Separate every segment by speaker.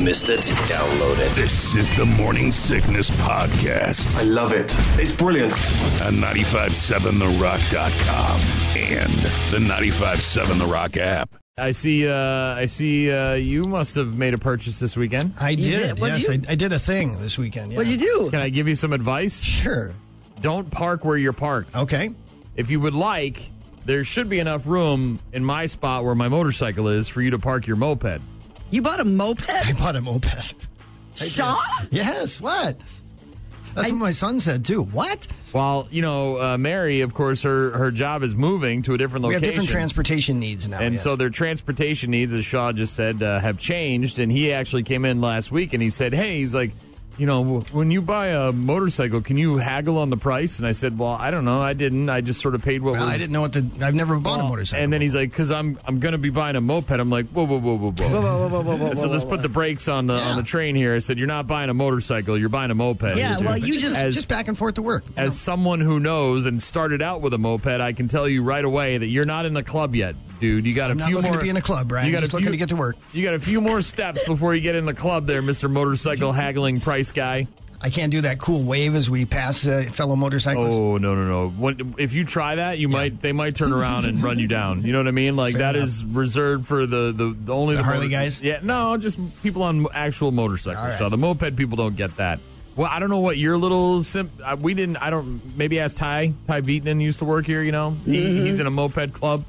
Speaker 1: missed it, download it.
Speaker 2: This is the Morning Sickness Podcast
Speaker 3: I love it. It's brilliant.
Speaker 2: on 957therock.com and the 957 The Rock app.
Speaker 4: I see. Uh, I see. Uh, you must have made a purchase this weekend.
Speaker 5: I did.
Speaker 6: did? What'd
Speaker 5: yes,
Speaker 6: you-
Speaker 5: I, I did a thing this weekend. Yeah.
Speaker 6: What'd you do?
Speaker 4: Can I give you some advice?
Speaker 5: Sure.
Speaker 4: Don't park where you're parked.
Speaker 5: Okay.
Speaker 4: If you would like, there should be enough room in my spot where my motorcycle is for you to park your moped.
Speaker 6: You bought a
Speaker 5: I
Speaker 6: moped?
Speaker 5: bought a moped.
Speaker 6: Shaw?
Speaker 5: Yes. What? That's
Speaker 6: I-
Speaker 5: what my son said too. What?
Speaker 4: While you know, uh, Mary, of course, her her job is moving to a different
Speaker 5: We have
Speaker 4: location.
Speaker 5: different transportation needs now.
Speaker 4: And
Speaker 5: yes.
Speaker 4: so their transportation needs, as Shaw just said, uh, have changed. And he actually came in last week and he said, Hey, he's like, you know, w- when you buy a motorcycle, can you haggle on the price? And I said, Well, I don't know. I didn't. I just sort of paid what
Speaker 5: Well,
Speaker 4: was.
Speaker 5: I didn't know what the. I've never bought a motorcycle.
Speaker 4: And then he's like, "Cause I'm I'm gonna be buying a moped." I'm like, "Whoa, whoa, whoa, whoa, whoa!" so let's put the brakes on the on the train here. I said, "You're not buying a motorcycle. You're buying a moped."
Speaker 6: Yeah, well, you just,
Speaker 5: just,
Speaker 4: as-
Speaker 5: just back and forth to work. you
Speaker 4: As someone who knows and started out with a moped, I can tell you right away that you're not in the club yet, dude. You got
Speaker 5: I'm
Speaker 4: a
Speaker 5: not
Speaker 4: few
Speaker 5: looking
Speaker 4: more.
Speaker 5: to be in a club, Brian.
Speaker 4: You got
Speaker 5: Just
Speaker 4: a few,
Speaker 5: looking to get to work.
Speaker 4: You got a few more steps before you get in the club, there, Mister Motorcycle Haggling Price Guy.
Speaker 5: know. I can't do that cool wave as we pass uh, fellow motorcyclists.
Speaker 4: Oh no no no! When, if you try that, you might they might turn around and run you down. You know what I mean? Like
Speaker 5: Fair
Speaker 4: that
Speaker 5: enough.
Speaker 4: is reserved for the the, the only
Speaker 5: The Harley
Speaker 4: motor-
Speaker 5: guys?
Speaker 4: Yeah, no, just people on actual motorcycles.
Speaker 5: All right.
Speaker 4: So the moped people don't get that. Well, I don't know what your little sim. Uh, we didn't. I don't. Maybe ask Ty. Ty Veetman used to work here. You know, he,
Speaker 5: Mm-hmm.
Speaker 4: he's in a moped club.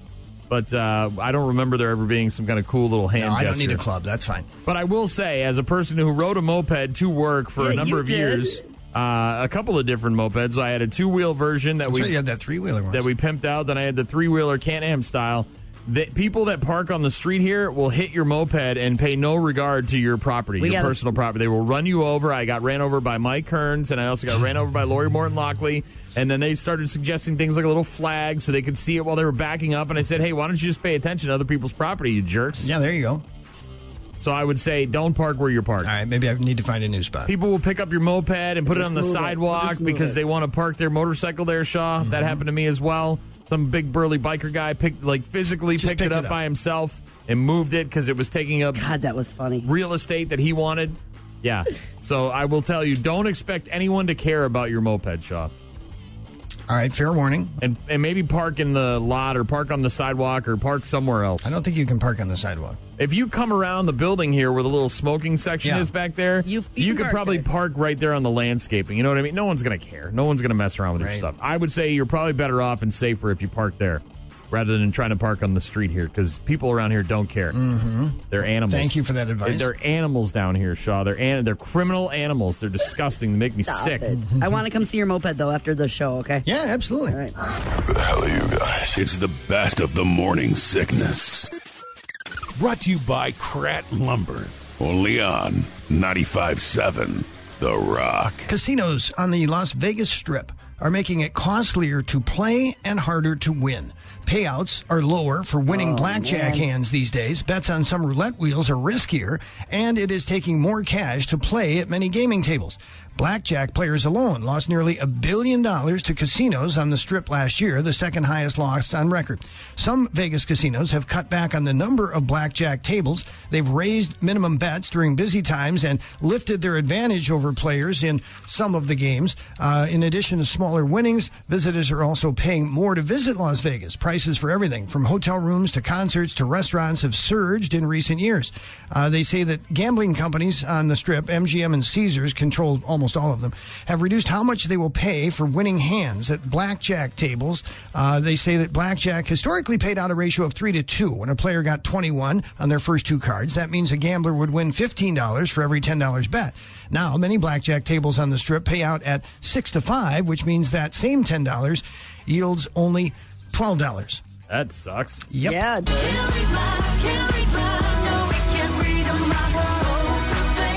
Speaker 4: But uh, I don't remember there ever being some kind of cool little hand.
Speaker 5: no, I don't need a
Speaker 4: gesture.
Speaker 5: club. That's fine.
Speaker 4: But I will say, as a person who rode a moped to work for a
Speaker 6: Yeah,
Speaker 4: number
Speaker 6: you
Speaker 4: of
Speaker 6: did.
Speaker 4: years, uh, a couple of different mopeds. I had a two wheel version that
Speaker 5: We,
Speaker 4: we
Speaker 5: you had that three wheeler one.
Speaker 4: that we pimped out. Then I had the three wheeler Can Am style. That people that park on the street here will hit your moped and pay no regard to your property,
Speaker 6: We
Speaker 4: your
Speaker 6: got-
Speaker 4: personal property. They will run you over. I got ran over by Mike Kearns, and I also got ran over by Lori Morton Lockley. And then they started suggesting things like a little flag so they could see it while they were backing up. And I said, "Hey, why don't you just pay attention to other people's property, you jerks?"
Speaker 5: yeah, there you go. All
Speaker 4: So I would say, don't park where you're parked.
Speaker 5: right, maybe I need to find a new spot.
Speaker 4: People will pick up your moped and put it
Speaker 6: Just
Speaker 4: on the
Speaker 6: move it.
Speaker 4: sidewalk
Speaker 6: Just move
Speaker 4: because
Speaker 6: it. Mm-hmm.
Speaker 4: they want to park their motorcycle there, Shaw. That happened to me as well. Some big burly biker guy picked, like, physically
Speaker 5: Just
Speaker 4: picked it
Speaker 5: picked
Speaker 4: up,
Speaker 5: it up.
Speaker 4: by himself and moved it because it was taking up
Speaker 6: God, that was funny.
Speaker 4: real estate that he wanted. Yeah. so I will tell you, don't expect anyone to care about your moped, Shaw.
Speaker 5: All right, fair warning.
Speaker 4: And, and maybe park in the lot or park on the sidewalk or park somewhere else.
Speaker 5: I don't think you can park on the sidewalk.
Speaker 4: If you come around the building here where the little smoking section
Speaker 5: Yeah.
Speaker 4: is back there,
Speaker 6: You- you
Speaker 4: you
Speaker 6: can
Speaker 4: could
Speaker 6: park
Speaker 4: probably
Speaker 6: there.
Speaker 4: park right there on the landscaping. You know what I mean? No one's going to care. No one's going to mess around with
Speaker 5: Right.
Speaker 4: your stuff. I would say you're probably better off and safer if you park there rather than trying to park on the street here because people around here don't care. Mm-hmm. They're animals.
Speaker 5: Thank you for that advice.
Speaker 4: They're animals down here, Shaw. They're an- they're criminal animals. They're disgusting. They make me
Speaker 6: Stop
Speaker 4: sick.
Speaker 6: it. I want to come see your moped, though, after the show, okay?
Speaker 5: Yeah, absolutely.
Speaker 6: All right.
Speaker 2: The hell are you guys? It's the best of the morning sickness. Brought to you by Krat Lumber. Only on 957 The Rock.
Speaker 5: Casinos on the Las Vegas Strip are making it costlier to play and harder to win. Payouts are lower for winning blackjack hands these days. Bets on some roulette wheels are riskier, and it is taking more cash to play at many gaming tables. Blackjack players alone lost nearly a billion dollars to casinos on the strip last year, the second highest loss on record. Some Vegas casinos have cut back on the number of blackjack tables. They've raised minimum bets during busy times and lifted their advantage over players in some of the games. Uh, in addition to smaller winnings, visitors are also paying more to visit Las Vegas. Prices for everything from hotel rooms to concerts to restaurants have surged in recent years. Uh, they say that gambling companies on the strip, MGM and Caesars, control almost all of them, have reduced how much they will pay for winning hands at blackjack tables. Uh, they say that blackjack historically paid out a ratio of three to two. When a player got 21 on their first two cards, that means a gambler would win $15 for every $10 bet. Now, many blackjack tables on the strip pay out at six to five, which means that same $10 yields only $12.
Speaker 4: That sucks.
Speaker 5: Yep.
Speaker 6: Yeah, dude.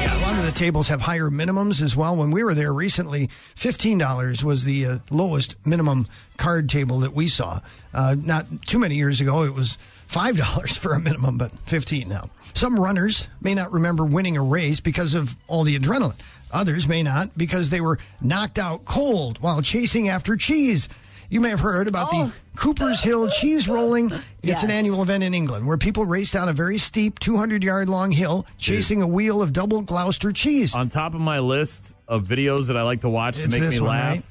Speaker 5: A lot of the tables have higher minimums as well. When we were there recently, $15 was the uh, lowest minimum card table that we saw. Uh, not too many years ago, it was $5 for a minimum, but 15 now. Some runners may not remember winning a race because of all the adrenaline. Others may not because they were knocked out cold while chasing after cheese. You may have heard about
Speaker 6: Oh.
Speaker 5: the Cooper's Hill Cheese Rolling. It's an
Speaker 6: Yes.
Speaker 5: annual event in England where people race down a very steep 200 yard long hill chasing a wheel of double Gloucester cheese.
Speaker 4: on top of my list of videos that I like to watch to
Speaker 5: It's
Speaker 4: make
Speaker 5: this
Speaker 4: me
Speaker 5: one,
Speaker 4: laugh.
Speaker 5: right?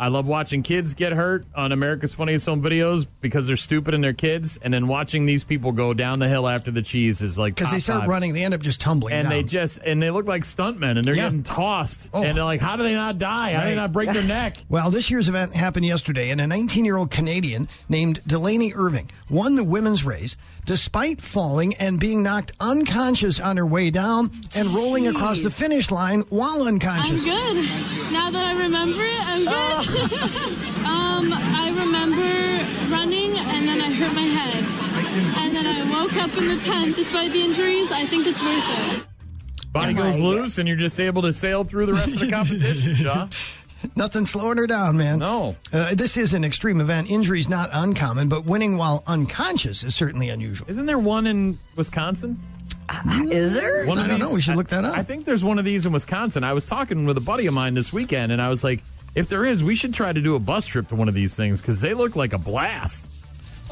Speaker 4: I love watching kids get hurt on America's Funniest Home Videos because they're stupid and they're kids, and then watching these people go down the hill after the cheese is like
Speaker 5: Because
Speaker 4: top
Speaker 5: they start
Speaker 4: five.
Speaker 5: running, they end up just tumbling.
Speaker 4: and
Speaker 5: down.
Speaker 4: they just and they look like stuntmen and they're
Speaker 5: Yeah.
Speaker 4: getting tossed
Speaker 5: Oh.
Speaker 4: and they're like, how do they not die? How do they
Speaker 5: Right.
Speaker 4: not break their neck?
Speaker 5: Well, this year's event happened yesterday, and a 19 year old Canadian named Delaney Irving won the women's race despite falling and being knocked unconscious on her way down and rolling across the finish line while
Speaker 1: I'm
Speaker 5: unconscious.
Speaker 1: good. Now that I remember it, I'm good. um, I remember running and then I hurt my head. And then I woke up in the tent. Despite the injuries, I think it's worth it.
Speaker 4: Body goes loose and you're just able to sail through the rest of the competition, Shaw.
Speaker 5: Nothing slowing her down, man.
Speaker 4: No.
Speaker 5: Uh, this is an extreme event. Injuries not uncommon, but winning while unconscious is certainly unusual.
Speaker 4: Isn't there one in Wisconsin?
Speaker 6: Is there?
Speaker 4: One of
Speaker 5: I don't know.
Speaker 4: these-
Speaker 5: We should look that up.
Speaker 4: I think there's one of these in Wisconsin. I was talking with a buddy of mine this weekend, and I was like, if there is, we should try to do a bus trip to one of these things because they look like a blast.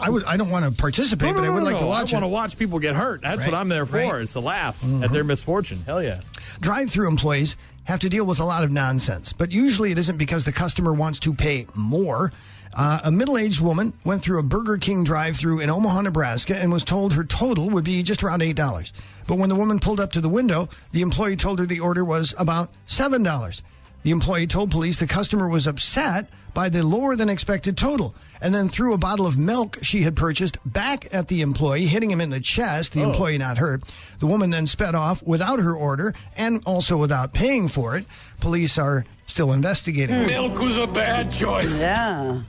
Speaker 5: I would. I don't want to participate, but I would like to watch
Speaker 4: I
Speaker 5: it.
Speaker 4: want to watch people get hurt. That's
Speaker 5: Right,
Speaker 4: what I'm there for,
Speaker 5: right. Mm-hmm.
Speaker 4: is to laugh at their misfortune. Hell yeah.
Speaker 5: Drive through employees have to deal with a lot of nonsense, but usually it isn't because the customer wants to pay more. Uh, a middle aged woman went through a Burger King drive through in Omaha, Nebraska, and was told her total would be just around $8. But when the woman pulled up to the window, the employee told her the order was about $7. The employee told police the customer was upset by the lower than expected total and then threw a bottle of milk she had purchased back at the employee, hitting him in the chest.
Speaker 4: Oh.
Speaker 5: The employee not hurt. The woman then sped off without her order and also without paying for it. Police are still investigating.
Speaker 4: Hmm.
Speaker 2: Milk was a bad choice.
Speaker 6: Yeah.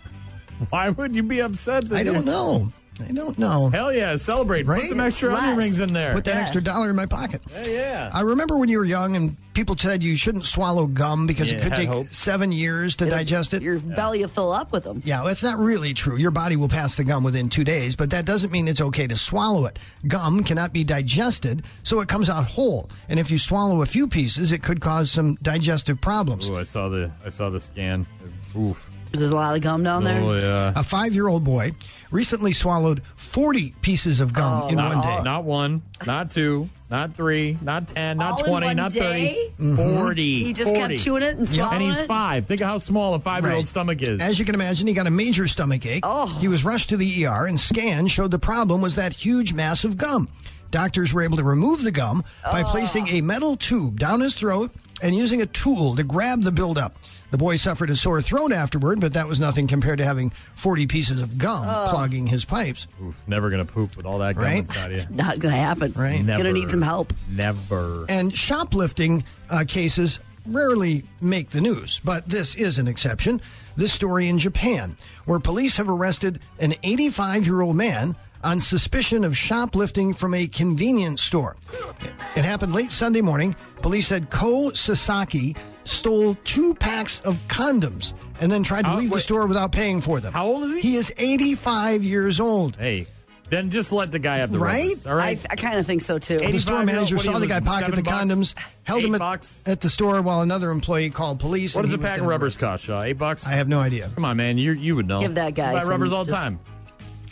Speaker 4: Why would you be upset? That
Speaker 5: I
Speaker 4: you-
Speaker 5: don't know. I don't know.
Speaker 4: Hell yeah, celebrate. Put
Speaker 5: Right?
Speaker 4: some extra
Speaker 6: Blast.
Speaker 4: onion rings in there.
Speaker 5: Put that
Speaker 6: Yeah.
Speaker 5: extra dollar in my pocket.
Speaker 4: Hell yeah.
Speaker 5: I remember when you were young and people said you shouldn't swallow gum because
Speaker 4: Yeah,
Speaker 5: it could
Speaker 4: had
Speaker 5: take
Speaker 4: hope.
Speaker 5: seven years to digest it.
Speaker 6: Your belly will fill up with them.
Speaker 5: Yeah, that's not really true. Your body will pass the gum within two days, but that doesn't mean it's okay to swallow it. Gum cannot be digested, so it comes out whole. And if you swallow a few pieces, it could cause some digestive problems.
Speaker 4: Ooh, I saw the I saw the scan. Oof.
Speaker 6: There's a lot of gum down there.
Speaker 4: Oh yeah.
Speaker 5: A five year old boy recently swallowed 40 pieces of gum in one day.
Speaker 4: Not one, not two, not three, not ten, not
Speaker 6: All in
Speaker 4: twenty,
Speaker 6: one
Speaker 4: not
Speaker 6: day?
Speaker 4: 30
Speaker 5: Mm-hmm.
Speaker 4: Forty.
Speaker 6: He just
Speaker 4: 40.
Speaker 6: kept chewing it and
Speaker 4: And
Speaker 6: swallowing
Speaker 4: he's
Speaker 6: it.
Speaker 4: five. Think of how small a five year old
Speaker 5: Right.
Speaker 4: stomach is.
Speaker 5: As you can imagine, he got a major stomach ache.
Speaker 6: Oh.
Speaker 5: He was rushed to the ER, and scan showed the problem was that huge mass of gum. Doctors were able to remove the gum by placing a metal tube down his throat and using a tool to grab the buildup. The boy suffered a sore throat afterward, but that was nothing compared to having 40 pieces of gum clogging his pipes.
Speaker 4: Oof, never gonna poop with all that gum
Speaker 5: Right?
Speaker 4: inside of you.
Speaker 6: Not gonna happen.
Speaker 5: Right.
Speaker 4: Never.
Speaker 6: Gonna need some help.
Speaker 4: Never.
Speaker 5: And shoplifting uh, cases rarely make the news, but this is an exception. This story in Japan, where police have arrested an 85 year old man on suspicion of shoplifting from a convenience store. It happened late Sunday morning. Police said Ko Sasaki stole two packs of condoms and then tried to
Speaker 4: How-
Speaker 5: leave
Speaker 4: Uh,
Speaker 5: the
Speaker 4: wait.
Speaker 5: store without paying for them.
Speaker 4: How old is he?
Speaker 5: He is 85 years old.
Speaker 4: Hey. Then just let the guy have the
Speaker 5: Right?
Speaker 4: rubbers, All right.
Speaker 6: I, I kind of think so too.
Speaker 5: The
Speaker 4: 85
Speaker 5: store
Speaker 4: year old,
Speaker 5: manager
Speaker 4: what are
Speaker 5: saw
Speaker 4: you
Speaker 5: the guy
Speaker 4: losing,
Speaker 5: pocket the
Speaker 4: seven bucks?
Speaker 5: condoms, held
Speaker 4: Eight
Speaker 5: him
Speaker 4: bucks?
Speaker 5: at, at the store while another employee called police.
Speaker 4: what
Speaker 5: and
Speaker 4: does a
Speaker 5: he was
Speaker 4: pack of
Speaker 5: down.
Speaker 4: rubbers cost, Shaw? Eight bucks?
Speaker 5: I have no idea.
Speaker 4: Come on, man. You you would know.
Speaker 6: Give that guy
Speaker 4: You buy
Speaker 6: some
Speaker 4: rubbers all the
Speaker 6: just-
Speaker 4: time.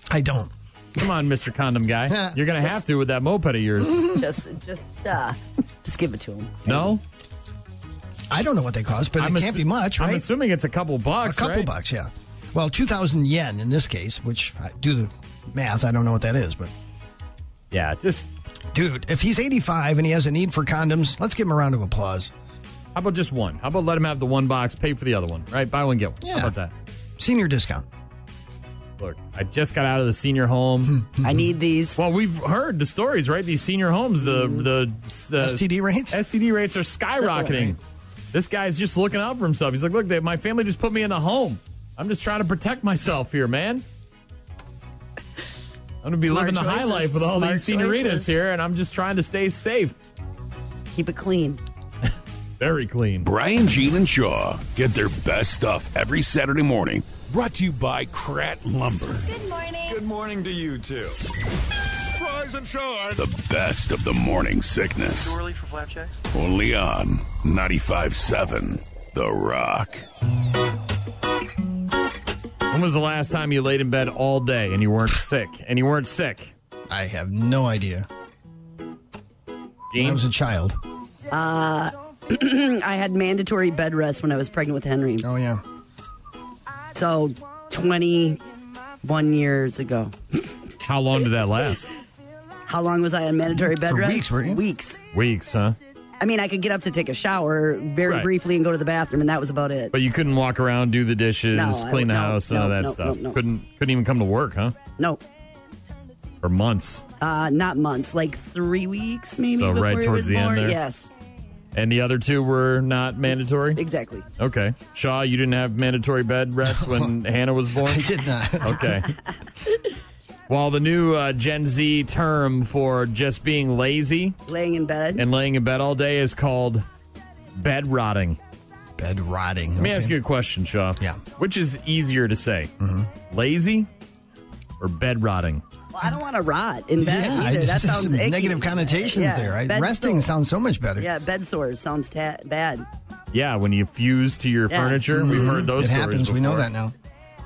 Speaker 5: I don't.
Speaker 4: Come on, Mr. Condom Guy. You're gonna have to with that moped of yours.
Speaker 6: just, just, uh, just give it to him.
Speaker 4: no?
Speaker 5: I don't know what they cost, but it can't
Speaker 4: assu-
Speaker 5: be much,
Speaker 4: I'm
Speaker 5: right?
Speaker 4: assuming it's a couple
Speaker 5: A
Speaker 4: bucks.
Speaker 5: couple
Speaker 4: right?
Speaker 5: bucks, yeah. Well, 2,000 yen in this case, which I do the math. I don't know what that is, but
Speaker 4: Yeah, just
Speaker 5: dude, if he's 85 and he has a need for condoms, let's give him a round of applause.
Speaker 4: How about just one? How about let him have the one box, pay for the other one, right? Buy one, get one.
Speaker 5: Yeah.
Speaker 4: How about that?
Speaker 5: Senior discount.
Speaker 4: Look, I just got out of the senior home.
Speaker 6: I need these.
Speaker 4: well, we've heard the stories, right? These senior homes, the
Speaker 6: Hmm.
Speaker 4: the uh,
Speaker 5: STD rates?
Speaker 4: STD rates are skyrocketing.
Speaker 6: Syphilis.
Speaker 4: This guy's just looking out for himself. He's like, look, they, my family just put me in the home. I'm just trying to protect myself here, man. I'm gonna be
Speaker 6: Smart
Speaker 4: living the high
Speaker 6: choices.
Speaker 4: life with all
Speaker 6: Smart
Speaker 4: these senoritas
Speaker 6: choices.
Speaker 4: here, and I'm just trying to stay safe.
Speaker 6: Keep it clean.
Speaker 4: Very clean.
Speaker 2: Brian, Gene, and Shaw get their best stuff every Saturday morning. Brought to you by Krat Lumber.
Speaker 7: Good morning.
Speaker 8: Good morning to you too. Fries and Shores.
Speaker 2: The best of the morning sickness.
Speaker 9: early for flapjacks?
Speaker 2: Only on 95.7 The Rock.
Speaker 4: When was the last time you laid in bed all day and you weren't sick? And you weren't sick?
Speaker 5: I have no idea. When I was
Speaker 4: James?
Speaker 5: a child.
Speaker 6: I had mandatory bed rest when I was pregnant with Henry.
Speaker 5: Oh yeah.
Speaker 6: So 21 years ago.
Speaker 4: How long did that last?
Speaker 6: How long was I on mandatory bed
Speaker 5: For
Speaker 6: rest?
Speaker 5: weeks, weren't you?
Speaker 6: Weeks.
Speaker 4: Weeks, huh?
Speaker 6: I mean, I could get up to take a shower very
Speaker 4: Right.
Speaker 6: briefly and go to the bathroom, and that was about it.
Speaker 4: But you couldn't walk around, do the dishes,
Speaker 6: No, I-
Speaker 4: clean the
Speaker 6: no,
Speaker 4: house, none
Speaker 6: no,
Speaker 4: of that
Speaker 6: no,
Speaker 4: stuff.
Speaker 6: no, no.
Speaker 4: Couldn't couldn't even come to work, huh?
Speaker 6: no,
Speaker 4: For months.
Speaker 6: uh, not months, like three weeks maybe.
Speaker 4: So
Speaker 6: before
Speaker 4: right
Speaker 6: he
Speaker 4: towards
Speaker 6: was
Speaker 4: the end
Speaker 6: born.
Speaker 4: there?
Speaker 6: Yes,
Speaker 4: And the other two were not mandatory?
Speaker 6: exactly.
Speaker 4: Okay. Shaw, you didn't have mandatory bed rest when Hannah was born?
Speaker 5: I did not.
Speaker 4: Okay. While the new uh, Gen Z term for just being lazy
Speaker 6: Laying in bed.
Speaker 4: and laying in bed all day is called bed rotting.
Speaker 5: Bed rotting.
Speaker 4: Let me ask you a question, Shaw.
Speaker 5: Yeah. Mm-hmm.
Speaker 4: Which is easier to say, lazy or bed rotting?
Speaker 6: well, I don't want to rot in bed
Speaker 5: Yeah, I-
Speaker 6: either. That sounds
Speaker 5: some
Speaker 6: icky.
Speaker 5: negative connotations
Speaker 6: Yeah,
Speaker 5: there. I,
Speaker 6: bed
Speaker 5: resting
Speaker 6: sore-
Speaker 5: sounds so much better.
Speaker 6: Yeah, bed sores sounds ta- bad.
Speaker 4: Yeah, when you fuse to your
Speaker 6: Yeah.
Speaker 4: furniture, we've heard those.
Speaker 5: Mm-hmm. it
Speaker 4: stories
Speaker 5: happens. We know
Speaker 4: before.
Speaker 5: that now.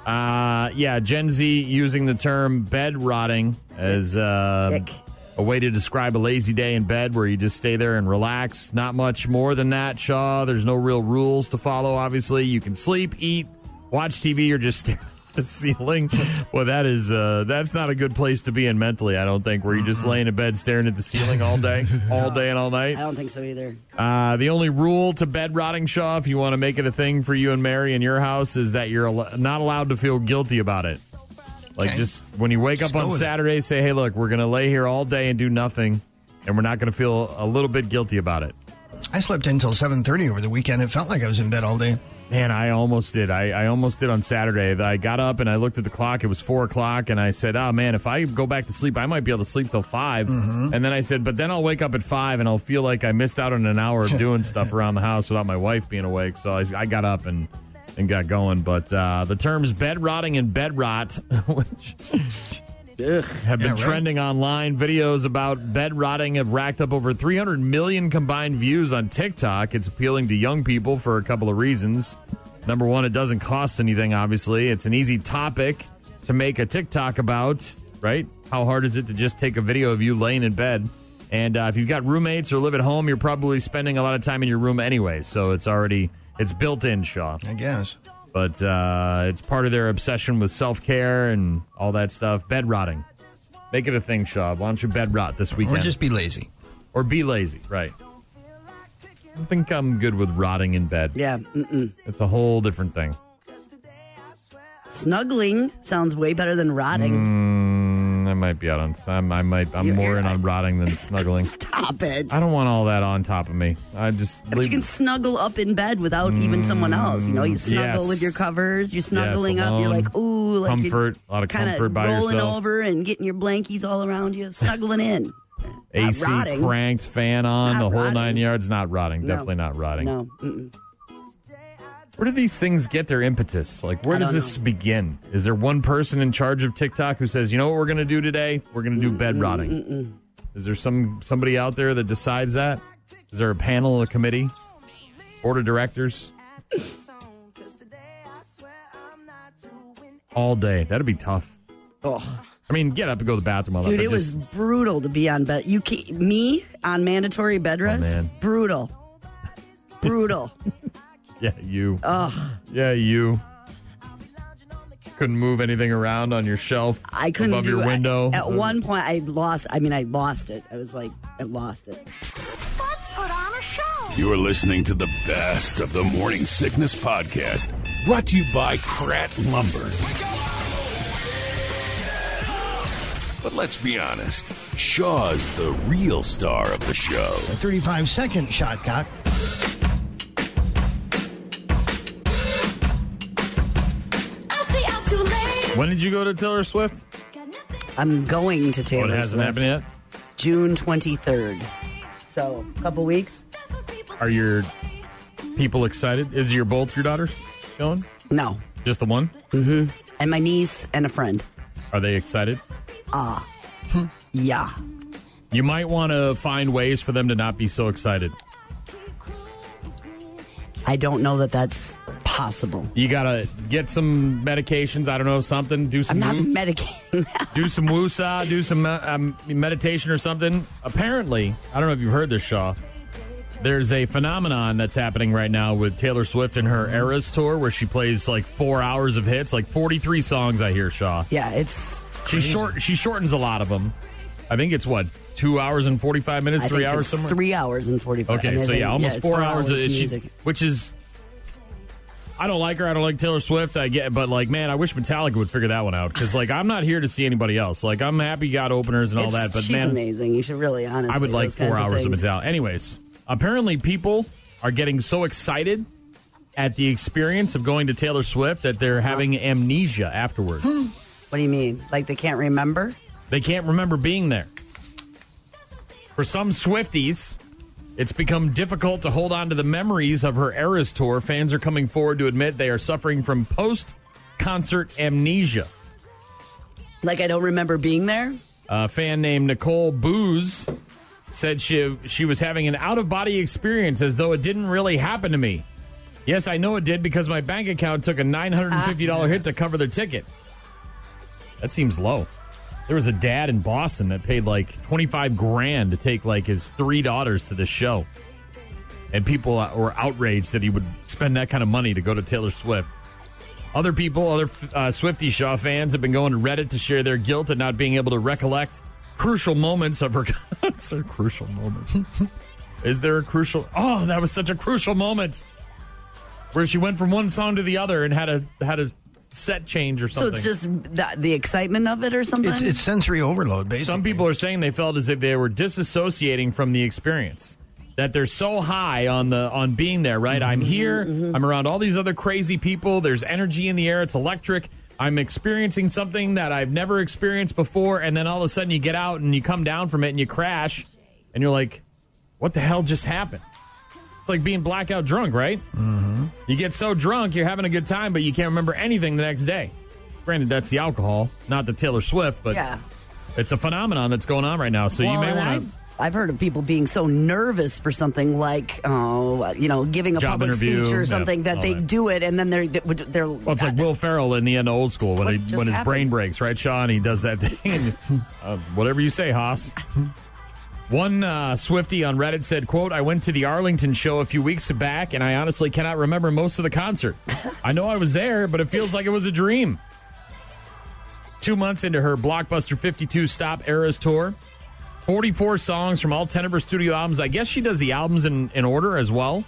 Speaker 4: Uh, yeah, Gen Z using the term bed rotting as uh,
Speaker 6: Ick.
Speaker 4: a way to describe a lazy day in bed where you just stay there and relax. Not much more than that, Shaw. There's no real rules to follow, obviously. You can sleep, eat, watch TV, or just stare at the ceiling. Well, that is, uh, that's not a good place to be in mentally, I don't think, where you're just laying in bed staring at the ceiling all day, all day and all night.
Speaker 6: I don't think so either.
Speaker 4: Uh, the only rule to bed rotting, Shaw, if you want to make it a thing for you and Mary in your house, is that you're al- not allowed to feel guilty about it. Like,
Speaker 5: Okay.
Speaker 4: just when you wake up
Speaker 5: Just go
Speaker 4: on
Speaker 5: with it.
Speaker 4: Saturday, say, hey, look, we're going to lay here all day and do nothing, and we're not going to feel a little bit guilty about it.
Speaker 5: I slept until seven thirty over the weekend. It felt like I was in bed all day.
Speaker 4: Man, I almost did. I, I almost did on Saturday. I got up and I looked at the clock. It was four o'clock, and I said, "Oh man, if I go back to sleep, I might be able to sleep till 5
Speaker 5: Mm-hmm.
Speaker 4: And then I said, "But then I'll wake up at five, and I'll feel like I missed out on an hour of doing stuff around the house without my wife being awake." So I, I got up and and got going. But uh, the terms bed rotting and bed rot, which have been
Speaker 5: Yeah, right.
Speaker 4: trending online. Videos about bed rotting have racked up over 300 million combined views on TikTok. It's appealing to young people for a couple of reasons. Number one, it doesn't cost anything, obviously. It's an easy topic to make a TikTok about, right? How hard is it to just take a video of you laying in bed? And uh, if you've got roommates or live at home, you're probably spending a lot of time in your room anyway. So it's already, it's built in, Shaw
Speaker 5: I guess.
Speaker 4: but uh, it's part of their obsession with self care and all that stuff. Bed rotting. Make it a thing, Shaw. Why don't you bed rot this
Speaker 5: Or
Speaker 4: weekend?
Speaker 5: just be lazy.
Speaker 4: Or be lazy, right? I think I'm good with rotting in bed.
Speaker 6: Yeah, mm-mm.
Speaker 4: It's a whole different thing.
Speaker 6: snuggling sounds way better than rotting.
Speaker 4: Mm, I might be out on. I'm, I might. I'm
Speaker 6: You're-
Speaker 4: more
Speaker 6: you're-
Speaker 4: in on rotting than snuggling.
Speaker 6: Stop it.
Speaker 4: I don't want all that on top of me. I just.
Speaker 6: But you
Speaker 4: leave-
Speaker 6: can snuggle up in bed without even someone else. You know, you snuggle
Speaker 4: Mm, yes.
Speaker 6: with your covers. You're snuggling up. You're
Speaker 4: alone.
Speaker 6: like, ooh, like you're
Speaker 4: Comfort, a lot of
Speaker 6: kinda
Speaker 4: comfort by
Speaker 6: rolling
Speaker 4: yourself.
Speaker 6: over and getting your blankies all around you, snuggling in. Not
Speaker 4: AC
Speaker 6: rotting.
Speaker 4: cranked, fan on,
Speaker 6: Not
Speaker 4: the whole
Speaker 6: rotting.
Speaker 4: nine yards. Not rotting.
Speaker 6: No.
Speaker 4: Definitely not rotting.
Speaker 6: No, mm-mm.
Speaker 4: Where do these things get their impetus? Like, where
Speaker 6: I
Speaker 4: does
Speaker 6: don't
Speaker 4: this begin? Is there one person in charge of TikTok who says, "You know what we're going to do today? We're going to
Speaker 6: Mm,
Speaker 4: do bed rotting"? Is there some somebody out there that decides that? Is there a panel, a committee, board of directors? All day. That'd be tough.
Speaker 6: oh,
Speaker 4: I mean, get up and go to the bathroom. All that,
Speaker 6: dude,
Speaker 4: but
Speaker 6: it was
Speaker 4: just-
Speaker 6: brutal to be on bed. You can me on mandatory bed rest.
Speaker 4: Oh, man.
Speaker 6: brutal, brutal.
Speaker 4: yeah, you.
Speaker 6: Ugh,
Speaker 4: Yeah, you. Couldn't move anything around on your shelf.
Speaker 6: I couldn't
Speaker 4: above
Speaker 6: do
Speaker 4: your
Speaker 6: it.
Speaker 4: window. Mm-hmm.
Speaker 6: At one point, I lost. I mean, I lost it. I was like, I lost it.
Speaker 7: Let's put on a show.
Speaker 2: You are listening to the best of the Morning Sickness Podcast, brought to you by Krat Lumber. But let's be honest, Shaw's the real star of the show.
Speaker 5: A thirty-five second shot cock.
Speaker 7: I see I'm too late.
Speaker 4: When did you go to Taylor Swift?
Speaker 7: Got nothing.
Speaker 6: I'm going to Taylor
Speaker 4: What hasn't
Speaker 6: Swift
Speaker 4: happened yet?
Speaker 6: June 23rd. So a couple weeks.
Speaker 7: That's what people
Speaker 4: Are your people excited? Is your both your daughters going?
Speaker 6: No,
Speaker 4: Just the one?
Speaker 6: and my niece and a friend.
Speaker 4: Are they excited?
Speaker 6: Yeah.
Speaker 4: You might want to find ways for them to not be so excited.
Speaker 7: keep cruising.
Speaker 6: I don't know that that's possible.
Speaker 4: You gotta get some medications. I don't know something. Do
Speaker 6: I'm
Speaker 4: some
Speaker 6: not
Speaker 4: woo-
Speaker 6: medicating that.
Speaker 4: do some woosah. Do some uh, um, meditation or something. Apparently, I don't know if you've heard this, Shaw. There's a phenomenon that's happening right now with Taylor Swift and her Eras tour, where she plays like four hours of hits, like 43 songs. I hear Shaw.
Speaker 6: Yeah, it's
Speaker 4: She short. She shortens a lot of them. I think it's what two hours and 45 minutes,
Speaker 6: I
Speaker 4: three
Speaker 6: think
Speaker 4: hours
Speaker 6: it's
Speaker 4: somewhere.
Speaker 6: three hours and forty five.
Speaker 4: Okay, so yeah, almost four, hours, of she-
Speaker 6: music.
Speaker 4: which is. I don't like her. I don't like Taylor Swift. I get, but like, man, I wish Metallica would figure that one out because, like, I'm not here to see anybody else. Like, I'm happy you got openers and all
Speaker 6: It's-
Speaker 4: that, but
Speaker 6: she's
Speaker 4: man,
Speaker 6: amazing. You should really honestly.
Speaker 4: I would like
Speaker 6: those kinds
Speaker 4: four hours of
Speaker 6: things.
Speaker 4: Metallica. Anyways, apparently, people are getting so excited at the experience of going to Taylor Swift that they're having amnesia afterwards.
Speaker 6: What do you mean? Like they can't remember?
Speaker 4: They can't remember being there. For some Swifties, it's become difficult to hold on to the memories of her Eras tour. Fans are coming forward to admit they are suffering from post concert amnesia.
Speaker 6: Like I don't remember being there?
Speaker 4: A fan named Nicole Booz said she, she was having an out of body experience as though it didn't really happen to me. Yes, I know it did because my bank account took a $950 hit to cover the ticket. That seems low. There was a dad in Boston that paid like 25 grand to take like his three daughters to this show. And people were outraged that he would spend that kind of money to go to Taylor Swift. Other people, other uh, Swifty Shaw fans, have been going to Reddit to share their guilt at not being able to recollect crucial moments of her concert. crucial moments. Is there a crucial? Oh, that was such a crucial moment where she went from one song to the other and had a had a set change or
Speaker 6: So
Speaker 4: something.
Speaker 6: it's just the, the excitement of it or something?
Speaker 5: It's, it's sensory overload, basically.
Speaker 4: Some people are saying they felt as if they were disassociating from the experience. That they're so high on the on being there, right? I'm here. I'm around all these other crazy people. There's energy in the air. It's electric. I'm experiencing something that I've never experienced before, and then all of a sudden you get out and you come down from it and you crash, and you're like, "What the hell just happened?" It's like being blackout drunk, right? Mm-hmm. You get so drunk, you're having a good time, but you can't remember anything the next day. Granted, that's the alcohol, not the Taylor Swift, but
Speaker 6: yeah.
Speaker 4: it's a phenomenon that's going on right now. So you
Speaker 6: well,
Speaker 4: may
Speaker 6: and
Speaker 4: want
Speaker 6: I've, I've heard of people being so nervous for something like, oh, you know, giving a
Speaker 4: Job
Speaker 6: public
Speaker 4: interview,
Speaker 6: speech
Speaker 4: yeah,
Speaker 6: or something
Speaker 4: all
Speaker 6: that they
Speaker 4: that.
Speaker 6: do it and then they're they're
Speaker 4: Well, it's like Will Ferrell in the end of Old School when,
Speaker 6: What
Speaker 4: he,
Speaker 6: just
Speaker 4: when his
Speaker 6: happened?
Speaker 4: brain breaks, right, Sean? He does that thing. uh, whatever you say, Haas. One uh, Swifty on Reddit said, "quote I went to the Arlington show a few weeks back, and I honestly cannot remember most of the concert. I know I was there, but it feels like it was a dream." Two months into her blockbuster 52 stop eras tour, 44 songs from all 10 of her studio albums. I guess she does the albums in, in order as well.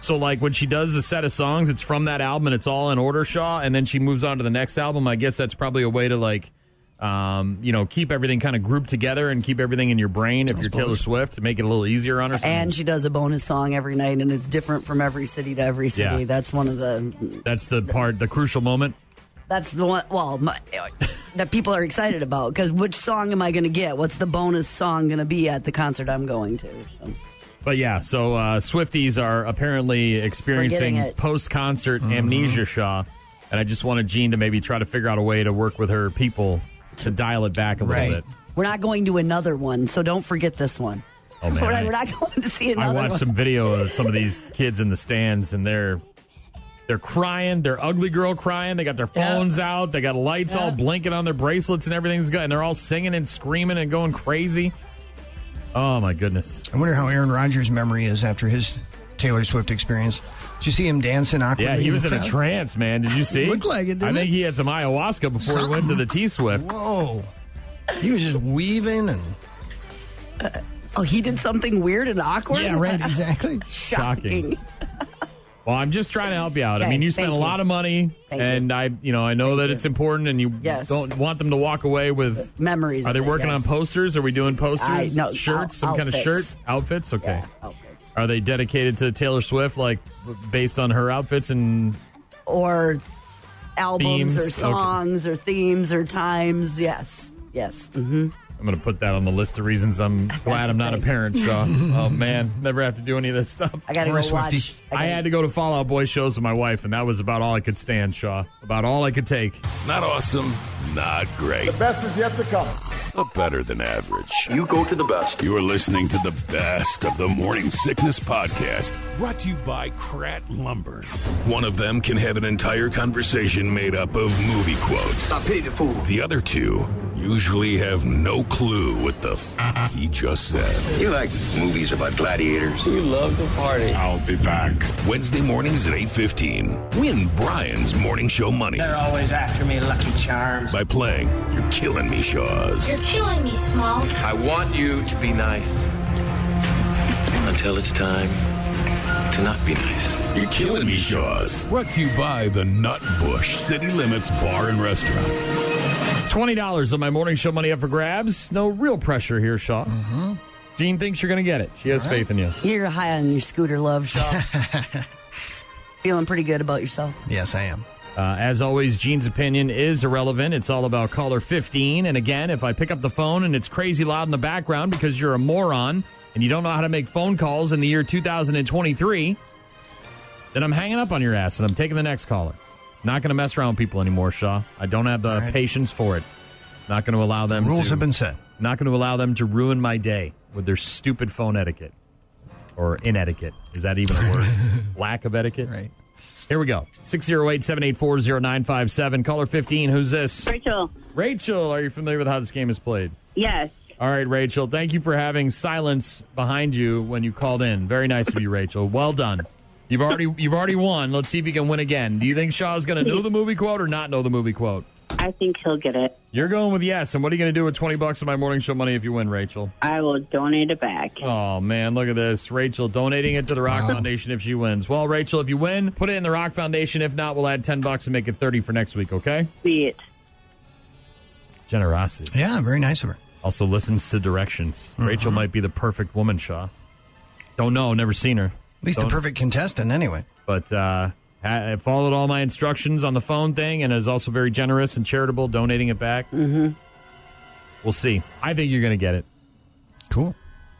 Speaker 4: So, like, when she does a set of songs, it's from that album and it's all in order, Shaw, and then she moves on to the next album. I guess that's probably a way to, like, um, you know, keep everything kind of grouped together and keep everything in your brain if you're Taylor Swift to make it a little easier on her.
Speaker 6: and she does a bonus song every night and it's different from every city to every city.
Speaker 4: Yeah.
Speaker 6: That's one of the
Speaker 4: that's the part, the crucial moment.
Speaker 6: that's the one well my, that people are excited about cuz which song am I going to get? What's the bonus song going to be at the concert I'm going to? So.
Speaker 4: But yeah, so uh, Swifties are apparently
Speaker 6: Forgetting
Speaker 4: experiencing
Speaker 6: it.
Speaker 4: post concert amnesia, Shaw. And I just wanted Gene to maybe try to figure out a way to work with her people to dial it back a little
Speaker 5: Right.
Speaker 4: bit.
Speaker 6: We're not going to another one, so don't forget this one.
Speaker 4: Oh, man, I-
Speaker 6: we're, not, we're not going to see
Speaker 4: I
Speaker 6: another
Speaker 4: watched
Speaker 6: one.
Speaker 4: some video of some of these kids in the stands, and they're they're crying. They're ugly girl crying. They got their
Speaker 5: Yeah.
Speaker 4: phones out. They got lights all blinking on their bracelets, and everything's good. And they're all singing and screaming and going crazy. Oh my goodness!
Speaker 5: I wonder how Aaron Rodgers' memory is after his Taylor Swift experience. Did you see him dancing awkwardly?
Speaker 4: Yeah, he was
Speaker 5: the
Speaker 4: in a
Speaker 5: crowd?
Speaker 4: trance, man. Did you see?
Speaker 5: Looked like it, didn't
Speaker 4: I think
Speaker 5: it?
Speaker 4: he had some ayahuasca before he went to the T Swift.
Speaker 5: Whoa. He was just weaving and.
Speaker 6: Oh, he did something weird and awkward.
Speaker 5: Yeah, right, exactly.
Speaker 4: Shocking. Well, Oh, I'm just trying to help you out. I
Speaker 6: Okay,
Speaker 4: mean, you spent a
Speaker 6: thank you.
Speaker 4: lot of money,
Speaker 6: Thank you.
Speaker 4: and I, you know, I know that
Speaker 6: you.
Speaker 4: it's important, and you
Speaker 6: Yes.
Speaker 4: don't want them to walk away with
Speaker 6: Memories.
Speaker 4: Are
Speaker 6: of
Speaker 4: they
Speaker 6: it,
Speaker 4: working
Speaker 6: yes.
Speaker 4: on posters? Are we doing posters?
Speaker 6: I- no,
Speaker 4: shirts,
Speaker 6: out-
Speaker 4: some kind of
Speaker 6: outfits.
Speaker 4: shirt outfits. Okay.
Speaker 6: Yeah, outfits.
Speaker 4: Are they dedicated to Taylor Swift, like b- based on her outfits? And
Speaker 6: Or albums
Speaker 4: Themes,
Speaker 6: or
Speaker 4: okay. Mm-hmm.
Speaker 6: songs or themes or times. Yes. Yes. hmm
Speaker 4: I'm going to put that on the list of reasons I'm glad
Speaker 6: the
Speaker 4: I'm not a
Speaker 6: thing.
Speaker 4: parent, Shaw. oh, man. Never have to do any of this stuff.
Speaker 6: I gotta
Speaker 5: Or a
Speaker 6: go
Speaker 5: Swiftie.
Speaker 6: watch.
Speaker 4: I had to go to Fallout Boy shows with my wife, and that was about all I could stand, Shaw. About all I could take.
Speaker 2: Not awesome, not great,
Speaker 9: Best is yet to come.
Speaker 2: but better than average.
Speaker 3: You go to the best.
Speaker 2: You are listening to the best of the Morning Sickness Podcast, brought to you by Krat Lumber. One of them can have an entire conversation made up of movie quotes.
Speaker 3: I paid the fool.
Speaker 2: The other two usually have no clue what the f- he just said.
Speaker 3: You like movies about gladiators?
Speaker 2: I'll be back. Wednesday mornings at 8.15. Win Brian's Morning Show money
Speaker 9: always after me, Lucky Charms.
Speaker 2: by playing You're Killing Me, Shaws.
Speaker 7: You're killing me, Smalls.
Speaker 10: I want you to be nice until it's time to not be nice.
Speaker 2: You're killing me, Shaws. Brought to you by the Nut Bush City Limits Bar and Restaurant.
Speaker 4: $20 of my morning show money up for grabs. No real pressure here, Shaw. Mm-hmm. Jean thinks you're going to get it. She has faith in you.
Speaker 6: You're high on your scooter love, Shaw. Feeling pretty good about yourself.
Speaker 5: Yes, I am.
Speaker 4: Uh, as always, Gene's opinion is irrelevant. It's all about caller 15. And again, if I pick up the phone and it's crazy loud in the background because you're a moron and you don't know how to make phone calls in the year 2023, then I'm hanging up on your ass and I'm taking the next caller. Not going to mess around with people anymore, Shaw. I don't have the
Speaker 5: right.
Speaker 4: patience for it. Not going to allow them.
Speaker 5: Rules
Speaker 4: to-
Speaker 5: have been set.
Speaker 4: Not going to allow them to ruin my day with their stupid phone etiquette or inetiquette. Is that even a word? Lack of etiquette.
Speaker 5: Right.
Speaker 4: Here we go. 608-784-0957. Caller 15. Who's this?
Speaker 1: Rachel,
Speaker 4: Rachel, are you familiar with how this game is played?
Speaker 1: yes.
Speaker 4: All right, Rachel. Thank you for having silence behind you when you called in. Very nice of you, Rachel. Well done. You've already you've already won. Let's see if you can win again. Do you think Shaw's going to know the movie quote or not know the movie quote?
Speaker 1: I think he'll get it.
Speaker 4: You're going with yes. And what are you going to do with 20 bucks of my morning show money if you win, Rachel?
Speaker 1: I will donate it back.
Speaker 4: Oh man, look at this. Rachel donating it to the Rock Foundation if she wins. Well, Rachel, if you win, put it in the Rock Foundation. If not, we'll add 10 bucks and make it 30 for next week, okay?
Speaker 1: Sweet.
Speaker 4: Generosity.
Speaker 5: Yeah, very nice of her.
Speaker 4: Also listens to directions. Rachel might be the perfect woman, Shaw. Don't know, never seen her.
Speaker 5: At least
Speaker 4: Don't-
Speaker 5: the perfect contestant, anyway.
Speaker 4: But uh ha- followed all my instructions on the phone thing and is also very generous and charitable, donating it back. Mm-hmm. We'll see. I think you're going to get it.
Speaker 5: Cool.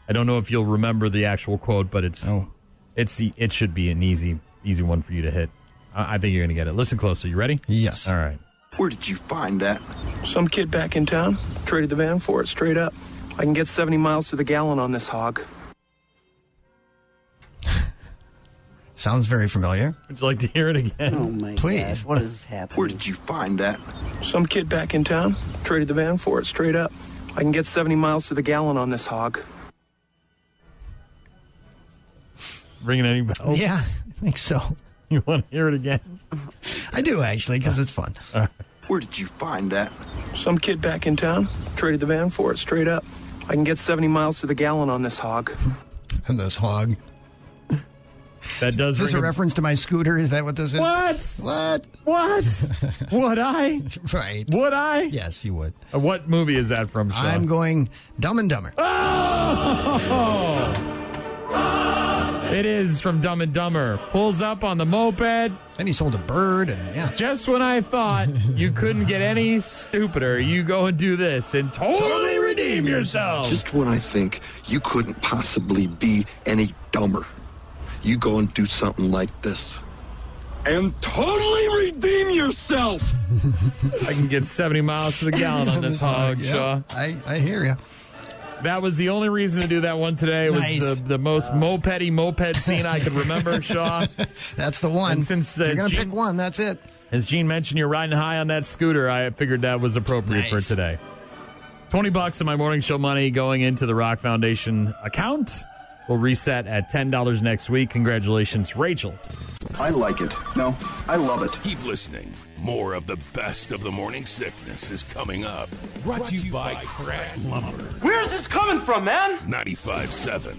Speaker 4: I don't know if you'll remember the actual quote, but it's
Speaker 5: Oh,
Speaker 4: It's the it should be an easy easy one for you to hit. I, I think you're gonna get it. Listen closely. You ready?
Speaker 5: yes.
Speaker 4: All right.
Speaker 9: Where did you find that?
Speaker 10: Some kid back in town traded the van for it straight up. I can get 70 miles to the gallon on this hog.
Speaker 5: Sounds very familiar.
Speaker 4: Would you like to hear it again?
Speaker 6: Oh my
Speaker 5: Please.
Speaker 6: God. What is happening?
Speaker 9: Where did you find that?
Speaker 10: Some kid back in town traded the van for it straight up. I can get 70 miles to the gallon on this hog.
Speaker 4: Ringing any bells?
Speaker 5: Yeah, I think so.
Speaker 4: You want to hear it again?
Speaker 5: I do actually because it's fun.
Speaker 4: Uh.
Speaker 9: Where did you find that?
Speaker 10: Some kid back in town traded the van for it straight up. I can get 70 miles to the gallon on this hog.
Speaker 5: And this hog.
Speaker 4: That does
Speaker 5: Is this a
Speaker 4: ring
Speaker 5: reference to my scooter? Is that what this is?
Speaker 4: What?
Speaker 5: What?
Speaker 4: What? Would I?
Speaker 5: Right.
Speaker 4: Would I?
Speaker 5: Yes, you would.
Speaker 4: Uh, What movie is that from? Sean?
Speaker 5: I'm going Dumb and Dumber.
Speaker 4: Ah. Oh! It is from Dumb and Dumber. Pulls up on the moped.
Speaker 5: Then he sold a bird, and yeah.
Speaker 4: Just when I thought you couldn't get any stupider, you go and do this and totally redeem yourself.
Speaker 9: Just when I think you couldn't possibly be any dumber, you go and do something like this. And totally redeem yourself!
Speaker 4: I can get 70 miles to the gallon on this hog,
Speaker 5: Yeah,
Speaker 4: Shaw.
Speaker 5: I, I hear you.
Speaker 4: That was the only reason to do that one today.
Speaker 5: Nice.
Speaker 4: Was the, the most mopedy moped scene I could remember, Shaw.
Speaker 5: That's the one.
Speaker 4: And since
Speaker 5: you're
Speaker 4: there's
Speaker 5: gonna
Speaker 4: Gene-
Speaker 5: pick one, that's it.
Speaker 4: As Gene mentioned, you're riding high on that scooter. I figured that was appropriate for
Speaker 5: Nice.
Speaker 4: today. 20 bucks of my morning show money going into the Rock Foundation account. We'll reset at $10 next week. Congratulations, Rachel.
Speaker 9: I like it. No, I love it.
Speaker 2: Keep listening. More of the best of the Morning Sickness is coming up. Brought, to you, by, Krat Lumber.
Speaker 10: Where's this coming from, man?
Speaker 2: 95.7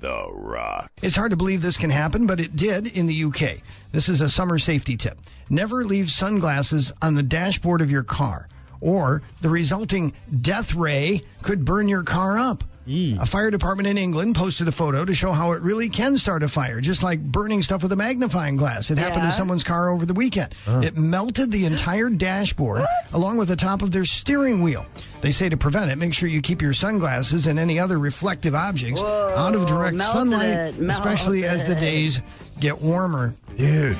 Speaker 2: The Rock.
Speaker 5: It's hard to believe this can happen, but it did in the UK. This is a summer safety tip. Never leave sunglasses on the dashboard of your car or the resulting death ray could burn your car up. A fire department in England posted a photo to show how it really can start a fire, just like burning stuff with a magnifying glass. It happened to
Speaker 11: Yeah.
Speaker 5: someone's car over the weekend. It melted the entire dashboard along with the top of their steering wheel. They say to prevent it, make sure you keep your sunglasses and any other reflective objects out of direct
Speaker 6: melt
Speaker 5: sunlight,
Speaker 6: it, melt
Speaker 5: especially as the
Speaker 6: it.
Speaker 5: days get warmer.
Speaker 4: Dude.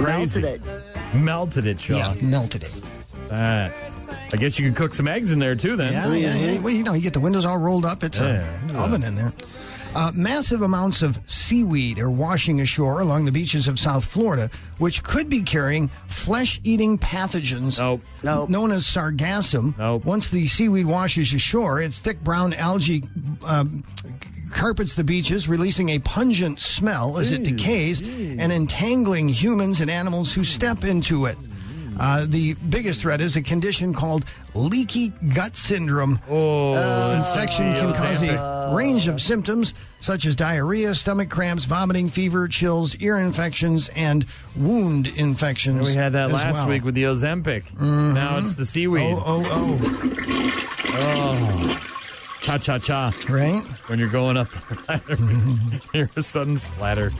Speaker 6: Melted it.
Speaker 4: Melted it, Sean.
Speaker 5: Yeah, melted it.
Speaker 4: I guess you could cook some eggs in there too, then.
Speaker 6: Oh,
Speaker 5: Yeah, yeah, yeah. Well, you know, you get the windows all rolled up. It's an
Speaker 4: Yeah.
Speaker 5: oven in there. Uh, massive amounts of seaweed are washing ashore along the beaches of South Florida, which could be carrying flesh-eating pathogens
Speaker 4: Oh,
Speaker 5: known as sargassum. Once the seaweed washes ashore, its thick brown algae um, carpets the beaches, releasing a pungent smell as it decays and entangling humans and animals who step into it. Uh, the biggest threat is a condition called leaky gut syndrome. Oh, infection can cause a range of symptoms such as diarrhea, stomach cramps, vomiting, fever, chills, ear infections, and wound infections.
Speaker 4: We had that
Speaker 5: as
Speaker 4: last
Speaker 5: well. Mm-hmm.
Speaker 4: week with the Ozempic. Now it's the seaweed.
Speaker 5: Oh, oh, oh.
Speaker 4: Cha cha cha.
Speaker 5: Right?
Speaker 4: When you're going up the ladder, hear a sudden splatter.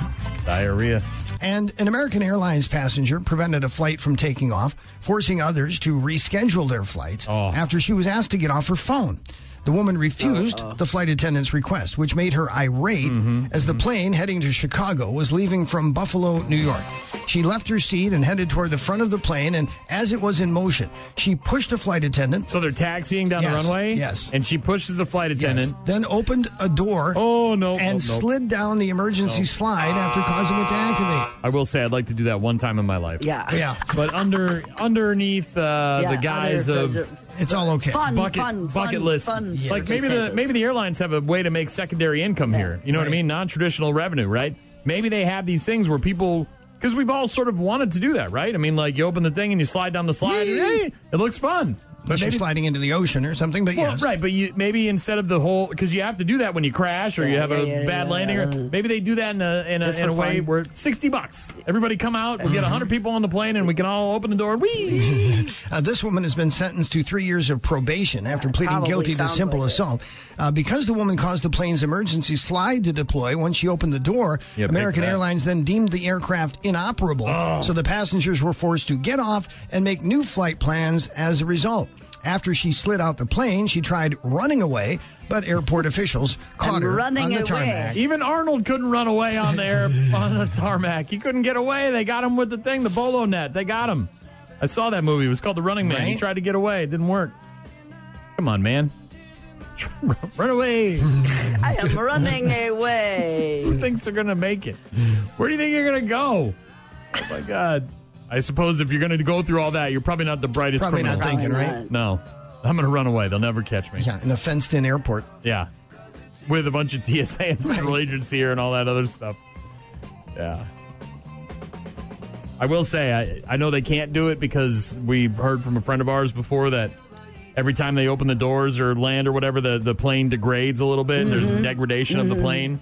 Speaker 4: Diarrhea.
Speaker 5: And an American Airlines passenger prevented a flight from taking off, forcing others to reschedule their flights
Speaker 4: Oh.
Speaker 5: after she was asked to get off her phone. The woman refused the flight attendant's request, which made her irate
Speaker 4: Mm-hmm.
Speaker 5: as the plane heading to Chicago was leaving from Buffalo, New York. She left her seat and headed toward the front of the plane, and as it was in motion, she pushed a flight attendant.
Speaker 4: So they're taxiing down
Speaker 5: Yes,
Speaker 4: the runway.
Speaker 5: yes.
Speaker 4: And she pushes the flight attendant.
Speaker 5: Then opened a door.
Speaker 4: Oh no!
Speaker 5: And
Speaker 4: Oh, no.
Speaker 5: slid down the emergency slide after causing it to activate.
Speaker 4: I will say I'd like to do that one time in my life.
Speaker 6: Yeah.
Speaker 5: Yeah,
Speaker 4: But under underneath uh,
Speaker 6: Yeah,
Speaker 4: the guise
Speaker 6: other-
Speaker 4: of
Speaker 5: it's all okay.
Speaker 6: Fun,
Speaker 4: bucket
Speaker 6: fun,
Speaker 4: bucket
Speaker 6: fun,
Speaker 4: list,
Speaker 6: fun
Speaker 4: like maybe the
Speaker 6: circumstances.
Speaker 4: maybe the airlines have a way to make secondary income here. You know what I
Speaker 5: Right.
Speaker 4: mean? Non traditional revenue, right? Maybe they have these things where people. Because we've all sort of wanted to do that, right? I mean, like you open the thing and you slide down the slide. and, hey, it looks fun.
Speaker 5: Unless you're
Speaker 4: maybe-
Speaker 5: sliding into the ocean or something, but
Speaker 4: Well,
Speaker 5: yes.
Speaker 4: right, but you maybe instead of the whole because you have to do that when you crash or you
Speaker 6: Yeah,
Speaker 4: have
Speaker 6: yeah,
Speaker 4: a
Speaker 6: yeah,
Speaker 4: bad
Speaker 6: yeah,
Speaker 4: landing, or
Speaker 6: yeah.
Speaker 4: maybe they do that in a in a,
Speaker 6: Just
Speaker 4: in
Speaker 6: for
Speaker 4: a way
Speaker 6: fun.
Speaker 4: where sixty bucks, everybody come out, we get hundred people on the plane, and we can all open the door. Wee!
Speaker 5: Uh, this woman has been sentenced to three years of probation after pleading
Speaker 6: Probably
Speaker 5: guilty to
Speaker 6: sounds
Speaker 5: simple
Speaker 6: like it.
Speaker 5: assault. Uh, because the woman caused the plane's emergency slide to deploy when she opened the door,
Speaker 4: Yeah, big Oh.
Speaker 5: American
Speaker 4: crap.
Speaker 5: Airlines then deemed the aircraft inoperable. So the passengers were forced to get off and make new flight plans as a result. After she slid out the plane, she tried running away, but airport officials caught her
Speaker 6: running
Speaker 5: on the
Speaker 6: away.
Speaker 5: tarmac.
Speaker 4: Even Arnold couldn't run away on there on the tarmac. He couldn't get away. They got him with the thing, the bolo net. They got him. I saw that movie. It was called The Running Man. He
Speaker 5: Right?
Speaker 4: tried to get away. It didn't work. Come on, man. Run away.
Speaker 6: I am running away.
Speaker 4: Who thinks they're going to make it? Where do you think you're going to go? Oh my God. I suppose if you're going to go through all that, you're probably not the brightest
Speaker 5: Probably
Speaker 4: criminal.
Speaker 5: not thinking,
Speaker 6: Probably
Speaker 5: right?
Speaker 4: no. I'm going to run away. They'll never catch me. Yeah.
Speaker 5: Yeah, in a fenced in airport.
Speaker 4: With a bunch of TSA and federal agency here and all that other stuff. Yeah. I will say, I, I know they can't do it because we've heard from a friend of ours before that every time they open the doors or land or whatever, the, the plane degrades a little bit. There's
Speaker 5: Mm-hmm.
Speaker 4: a degradation of the plane.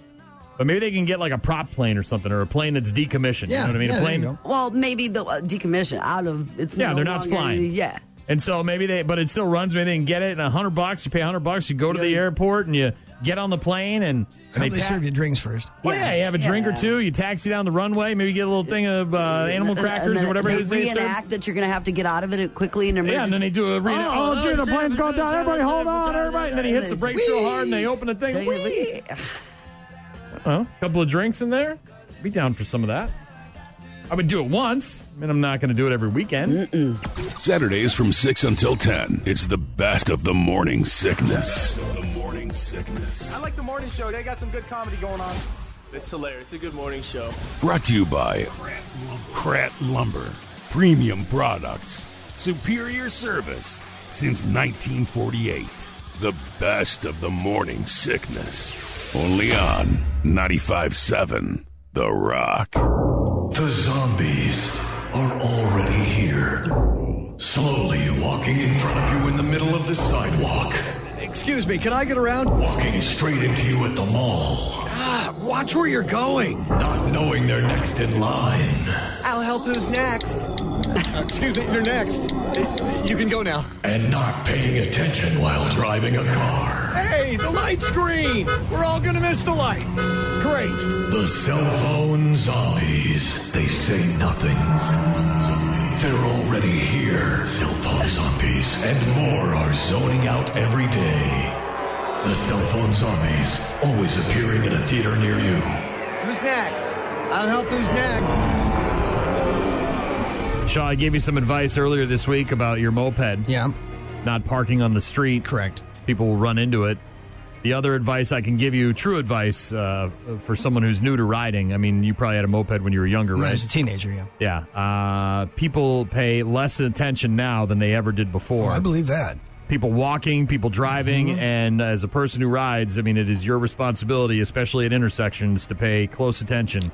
Speaker 4: But maybe they can get like a prop plane or something or a plane that's decommissioned.
Speaker 5: Yeah,
Speaker 4: you know what I mean?
Speaker 5: yeah,
Speaker 4: a
Speaker 5: there
Speaker 4: plane.
Speaker 5: you go.
Speaker 6: Well, maybe the uh, decommission out of it's.
Speaker 4: Yeah,
Speaker 6: no
Speaker 4: they're not
Speaker 6: longer-
Speaker 4: flying.
Speaker 6: Yeah.
Speaker 4: And so maybe they, but it still runs. Maybe they can get it. And a hundred bucks, you pay a hundred bucks, you go to the
Speaker 6: Yeah.
Speaker 4: airport and you get on the plane and
Speaker 5: I hope they
Speaker 4: tap-
Speaker 5: serve you drinks first.
Speaker 4: Well, Oh, yeah, you have a drink or
Speaker 6: Yeah.
Speaker 4: two. You taxi down the runway. Maybe you get a little thing of uh, animal
Speaker 6: And then-
Speaker 4: crackers
Speaker 6: and then
Speaker 4: or whatever
Speaker 6: they
Speaker 4: it is. they serve.
Speaker 6: reenact that you're going to have to get out of it quickly and emergency.
Speaker 4: Yeah, and then they do a re- oh,
Speaker 6: oh,
Speaker 4: gee, the
Speaker 6: it's
Speaker 4: plane's going down.
Speaker 6: emergency,
Speaker 4: Everybody, hold on,
Speaker 6: it's emergency,
Speaker 4: everybody. And then he hits the brakes real hard, and they open the thing. Whee!
Speaker 6: Whee!
Speaker 4: Well, a couple of drinks in there. Be down for some of that. I would do it once. I mean, I'm not going to do it every weekend.
Speaker 2: Saturdays from 6 until 10. It's the best of the morning sickness. The morning sickness.
Speaker 11: I like the morning show. They got some good comedy going on. It's hilarious. It's a good morning show.
Speaker 2: Brought to you by Krat Lumber. Premium products. Superior service since 1948. The best of the morning sickness. Only on 95.7 The Rock.
Speaker 12: The zombies are already here. Slowly walking in front of you in the middle of the sidewalk.
Speaker 11: Excuse me, can I get around?
Speaker 12: Walking straight into you at the mall.
Speaker 11: Ah, watch where you're going.
Speaker 12: Not knowing they're next in line.
Speaker 11: I'll help who's next.
Speaker 13: Excuse me, you're next. You can go now.
Speaker 12: and not paying attention while driving a car.
Speaker 13: Hey, the light's green. We're all gonna miss the light. Great.
Speaker 12: The cell phone zombies. They say nothing. They're already here. Cell phone zombies and more are zoning out every day. The cell phone zombies always appearing in a theater near you.
Speaker 13: Who's next? I'll help who's next.
Speaker 4: Shaw, I gave you some advice earlier this week about your moped.
Speaker 5: Yeah.
Speaker 4: Not parking on the street.
Speaker 5: Correct.
Speaker 4: People will run into it. The other advice I can give you, true advice uh, for someone who's new to riding. I mean, you probably had a moped when you were younger,
Speaker 5: When I
Speaker 4: right?
Speaker 5: was a teenager, yeah.
Speaker 4: Yeah. Uh, people pay less attention now than they ever did
Speaker 6: Oh,
Speaker 4: before. I
Speaker 5: believe that.
Speaker 4: People walking, people driving,
Speaker 5: Mm-hmm.
Speaker 4: and as a person who rides, I mean, it is your responsibility, especially at intersections, to pay close attention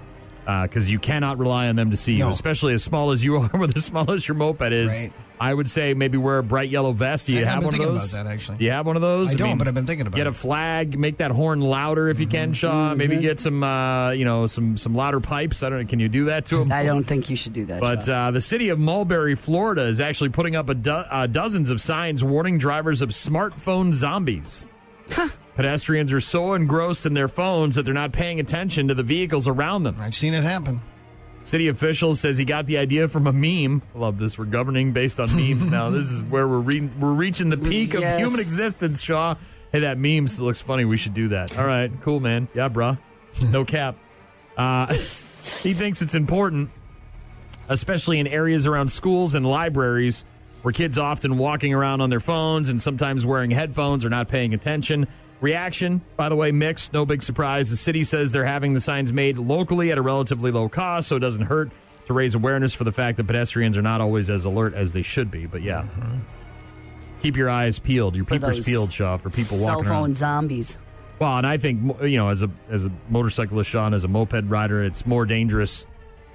Speaker 4: because you cannot rely on them to see you,
Speaker 5: No.
Speaker 4: especially as small as you are, with as small as your moped is.
Speaker 5: Right.
Speaker 4: I would say maybe wear a bright yellow vest. Do you
Speaker 5: I- I've
Speaker 4: have
Speaker 5: been
Speaker 4: one of
Speaker 5: thinking
Speaker 4: those?
Speaker 5: about that, actually.
Speaker 4: Do you have one of those?
Speaker 5: I don't, but I've been thinking about Mm-hmm.
Speaker 4: Get a flag, make that horn louder if you can, Shaw. Maybe get some, uh, you know, some some louder pipes. I don't. know. Can you do that to them?
Speaker 6: I don't think you should do that.
Speaker 4: But uh, the city of Mulberry, Florida, is actually putting up a do- uh, dozens of signs warning drivers of smartphone zombies. Pedestrians are so engrossed in their phones that they're not paying attention to the vehicles around them.
Speaker 5: I've seen it happen.
Speaker 4: City official says he got the idea from a meme. I love this. We're governing based on memes now. This is where we're re- we're reaching the peak of
Speaker 14: Yes.
Speaker 4: human existence, Shaw. Hey, that meme still looks funny. We should do that. All right, cool, man. Yeah, bruh. No cap. Uh, he thinks it's important especially in areas around schools and libraries where kids often walking around on their phones and sometimes wearing headphones or not paying attention. Reaction, by the way, mixed, no big surprise. The city says they're having the signs made locally at a relatively low cost, so it doesn't hurt to raise awareness for the fact that pedestrians are not always as alert as they should be. But yeah. Keep your eyes peeled, your
Speaker 6: Mm-hmm. For
Speaker 4: peepers
Speaker 6: those
Speaker 4: peeled, Shaw, for people
Speaker 6: Cell
Speaker 4: walking
Speaker 6: phone
Speaker 4: around.
Speaker 6: zombies.
Speaker 4: Well, and I think you know, as a as a motorcyclist, Sean, as a moped rider, it's more dangerous.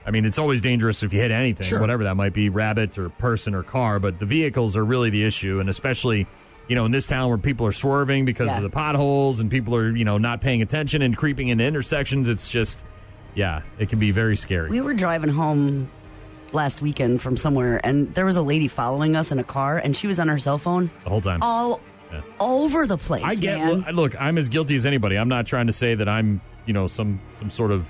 Speaker 4: I mean, it's always dangerous if you hit anything,
Speaker 5: Sure.
Speaker 4: whatever that might be, rabbit or person or car. But the vehicles are really the issue, and especially you know in this town where people are swerving because
Speaker 14: Yeah.
Speaker 4: of the potholes and people are you know not paying attention and creeping into intersections. It's just, yeah, it can be very scary.
Speaker 6: We were driving home last weekend from somewhere, and there was a lady following us in a car, and she was on her cell phone
Speaker 4: The whole time.
Speaker 6: all
Speaker 4: Yeah.
Speaker 6: over the place.
Speaker 4: I get
Speaker 6: man.
Speaker 4: look, look, I'm as guilty as anybody. I'm not trying to say that I'm you know some some sort of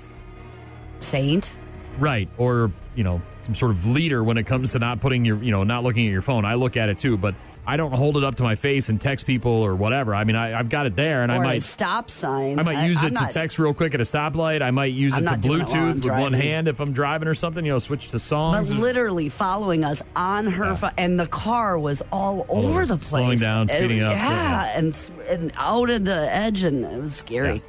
Speaker 6: saint
Speaker 4: right or you know some sort of leader when it comes to not putting your you know not looking at your phone i look at it too but i don't hold it up to my face and text people or whatever i mean I, i've got it there and
Speaker 6: or
Speaker 4: i
Speaker 6: a
Speaker 4: might
Speaker 6: stop sign.
Speaker 4: I might use
Speaker 6: I'm
Speaker 4: it
Speaker 6: not-
Speaker 4: to text real quick at a stoplight. I might use
Speaker 6: I'm
Speaker 4: it to
Speaker 6: not doing it while I'm
Speaker 4: Bluetooth with one
Speaker 6: driving.
Speaker 4: hand if I'm driving or something. You know, switch to
Speaker 6: But
Speaker 4: songs.
Speaker 6: literally following us on her phone, and the car was all
Speaker 4: All
Speaker 6: over
Speaker 4: over.
Speaker 6: the place.
Speaker 4: Slowing down, speeding
Speaker 6: and,
Speaker 4: up,
Speaker 6: Yeah, and, s- and out of the edge, and it was scary.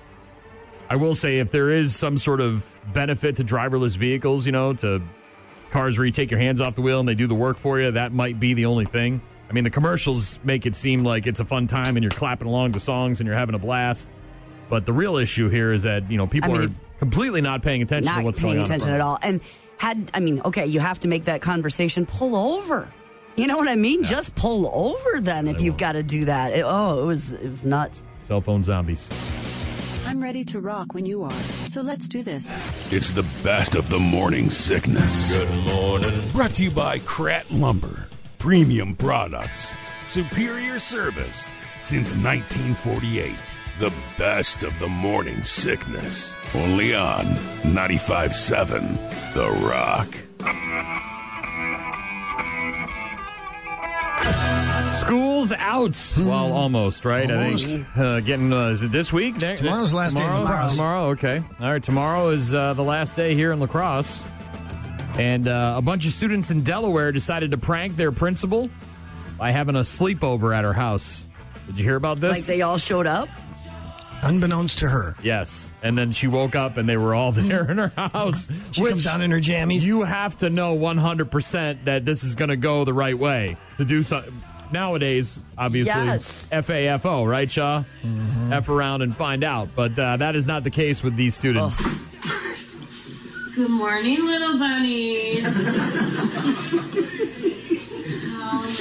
Speaker 4: I will say, if there is some sort of benefit to driverless vehicles, you know, to cars where you take your hands off the wheel and they do the work for you, that might be the only thing. I mean, the commercials make it seem like it's a fun time and you're clapping along to songs and you're having a blast. But the real issue here is that, you know, people
Speaker 6: mean,
Speaker 4: are completely not paying attention
Speaker 6: not
Speaker 4: to what's
Speaker 6: paying
Speaker 4: going on. in
Speaker 6: attention
Speaker 4: front
Speaker 6: at
Speaker 4: of
Speaker 6: all. And had I mean, okay, you have to make that conversation. Pull over. You know what I mean? Just pull over then if you've got to do that. It- oh, it was it was nuts.
Speaker 4: them. Cell phone zombies.
Speaker 15: I'm ready to rock when you are. So let's do this.
Speaker 2: It's the best of the morning sickness. Good morning. Brought to you by Krat Lumber. Premium products, superior service since 1948. The best of the morning sickness. Only on 95.7 The Rock.
Speaker 4: School's out. Well, almost, right? I think uh, getting uh, is it this week? Ne-
Speaker 5: Tomorrow's the last day of
Speaker 4: tomorrow?
Speaker 5: lacrosse.
Speaker 4: Tomorrow, okay. All right, tomorrow is uh, the last day here in lacrosse, and uh, a bunch of students in Delaware decided to prank their principal by having a sleepover at her house. Did you hear about this?
Speaker 6: Like they all showed up.
Speaker 5: Unbeknownst to her.
Speaker 4: Yes, and then she woke up and they were all there in her house.
Speaker 5: She comes down in her jammies.
Speaker 4: You have to know 100% that this is going to go the right way to do something. Nowadays, obviously,
Speaker 14: Yes.
Speaker 4: FAFO, right, Shaw? F around and find out. But uh, that is not the case with these students.
Speaker 1: Good morning, little bunnies. How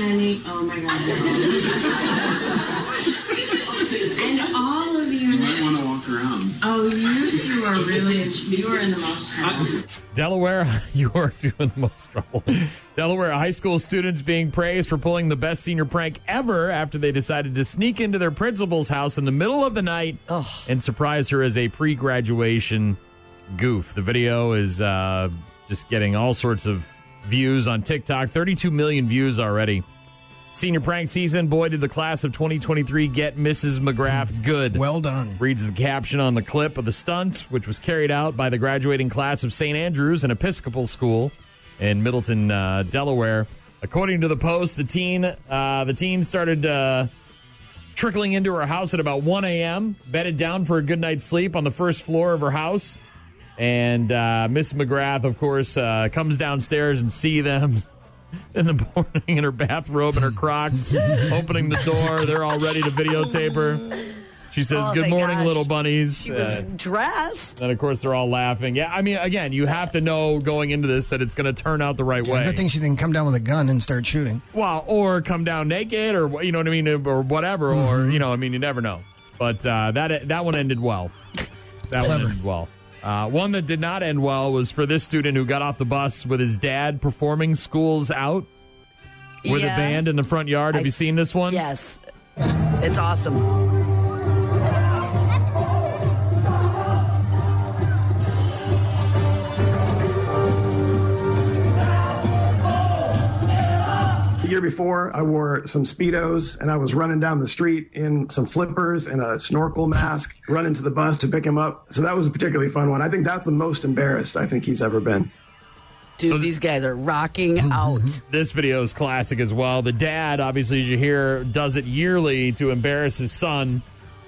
Speaker 1: many? Oh my god. and all of you.
Speaker 16: You might want to walk around.
Speaker 1: Oh, you should
Speaker 14: you are really in, you are in the most trouble.
Speaker 4: Delaware, you are doing the most trouble. Delaware high school students being praised for pulling the best senior prank ever after they decided to sneak into their principal's house in the middle of the night and surprise her as a pre graduation goof. The video is uh, just getting all sorts of views on TikTok 32 million views already. Senior prank season. Boy, did the class of 2023 get Mrs. McGrath good. Well done. Reads the caption on the clip of the stunt, which was carried out by the graduating class of St. Andrews, an Episcopal school in Middleton, uh, Delaware. According to the post, the teen, uh, the teen started uh, trickling into her house at about 1 a.m., bedded down for a good night's sleep on the first floor of her house. And uh, Miss McGrath, of course, uh, comes downstairs and see them in the morning in her bathrobe and her Crocs, opening the door. They're all ready to videotape her. She says,
Speaker 6: Oh,
Speaker 4: "Good
Speaker 6: thank
Speaker 4: morning,
Speaker 6: gosh.
Speaker 4: little bunnies."
Speaker 6: She was
Speaker 4: Uh,
Speaker 6: dressed.
Speaker 4: and of course, they're all laughing. Yeah, I mean, again, you have to know going into this that it's going to turn out the right way.
Speaker 5: Good thing she didn't come down with a gun and start shooting.
Speaker 4: Well, or come down naked, or wh- you know what I mean, or whatever, or you know, I mean, you never know. But uh, that that one ended well. That one ended well. Uh, one that did not end well was for this student who got off the bus with his dad performing "Schools Out" with
Speaker 6: Yeah.
Speaker 4: a band in the front yard. Have
Speaker 6: I-
Speaker 4: you seen this one?
Speaker 6: Yes. It's awesome.
Speaker 16: The year before, I wore some Speedos and I was running down the street in some flippers and a snorkel mask, running to the bus to pick him up. So that was a particularly fun one. I think that's the most embarrassed I think he's ever been.
Speaker 6: Dude, these guys are rocking out.
Speaker 4: This video is classic as well. The dad, obviously, as you hear, does it yearly to embarrass his son.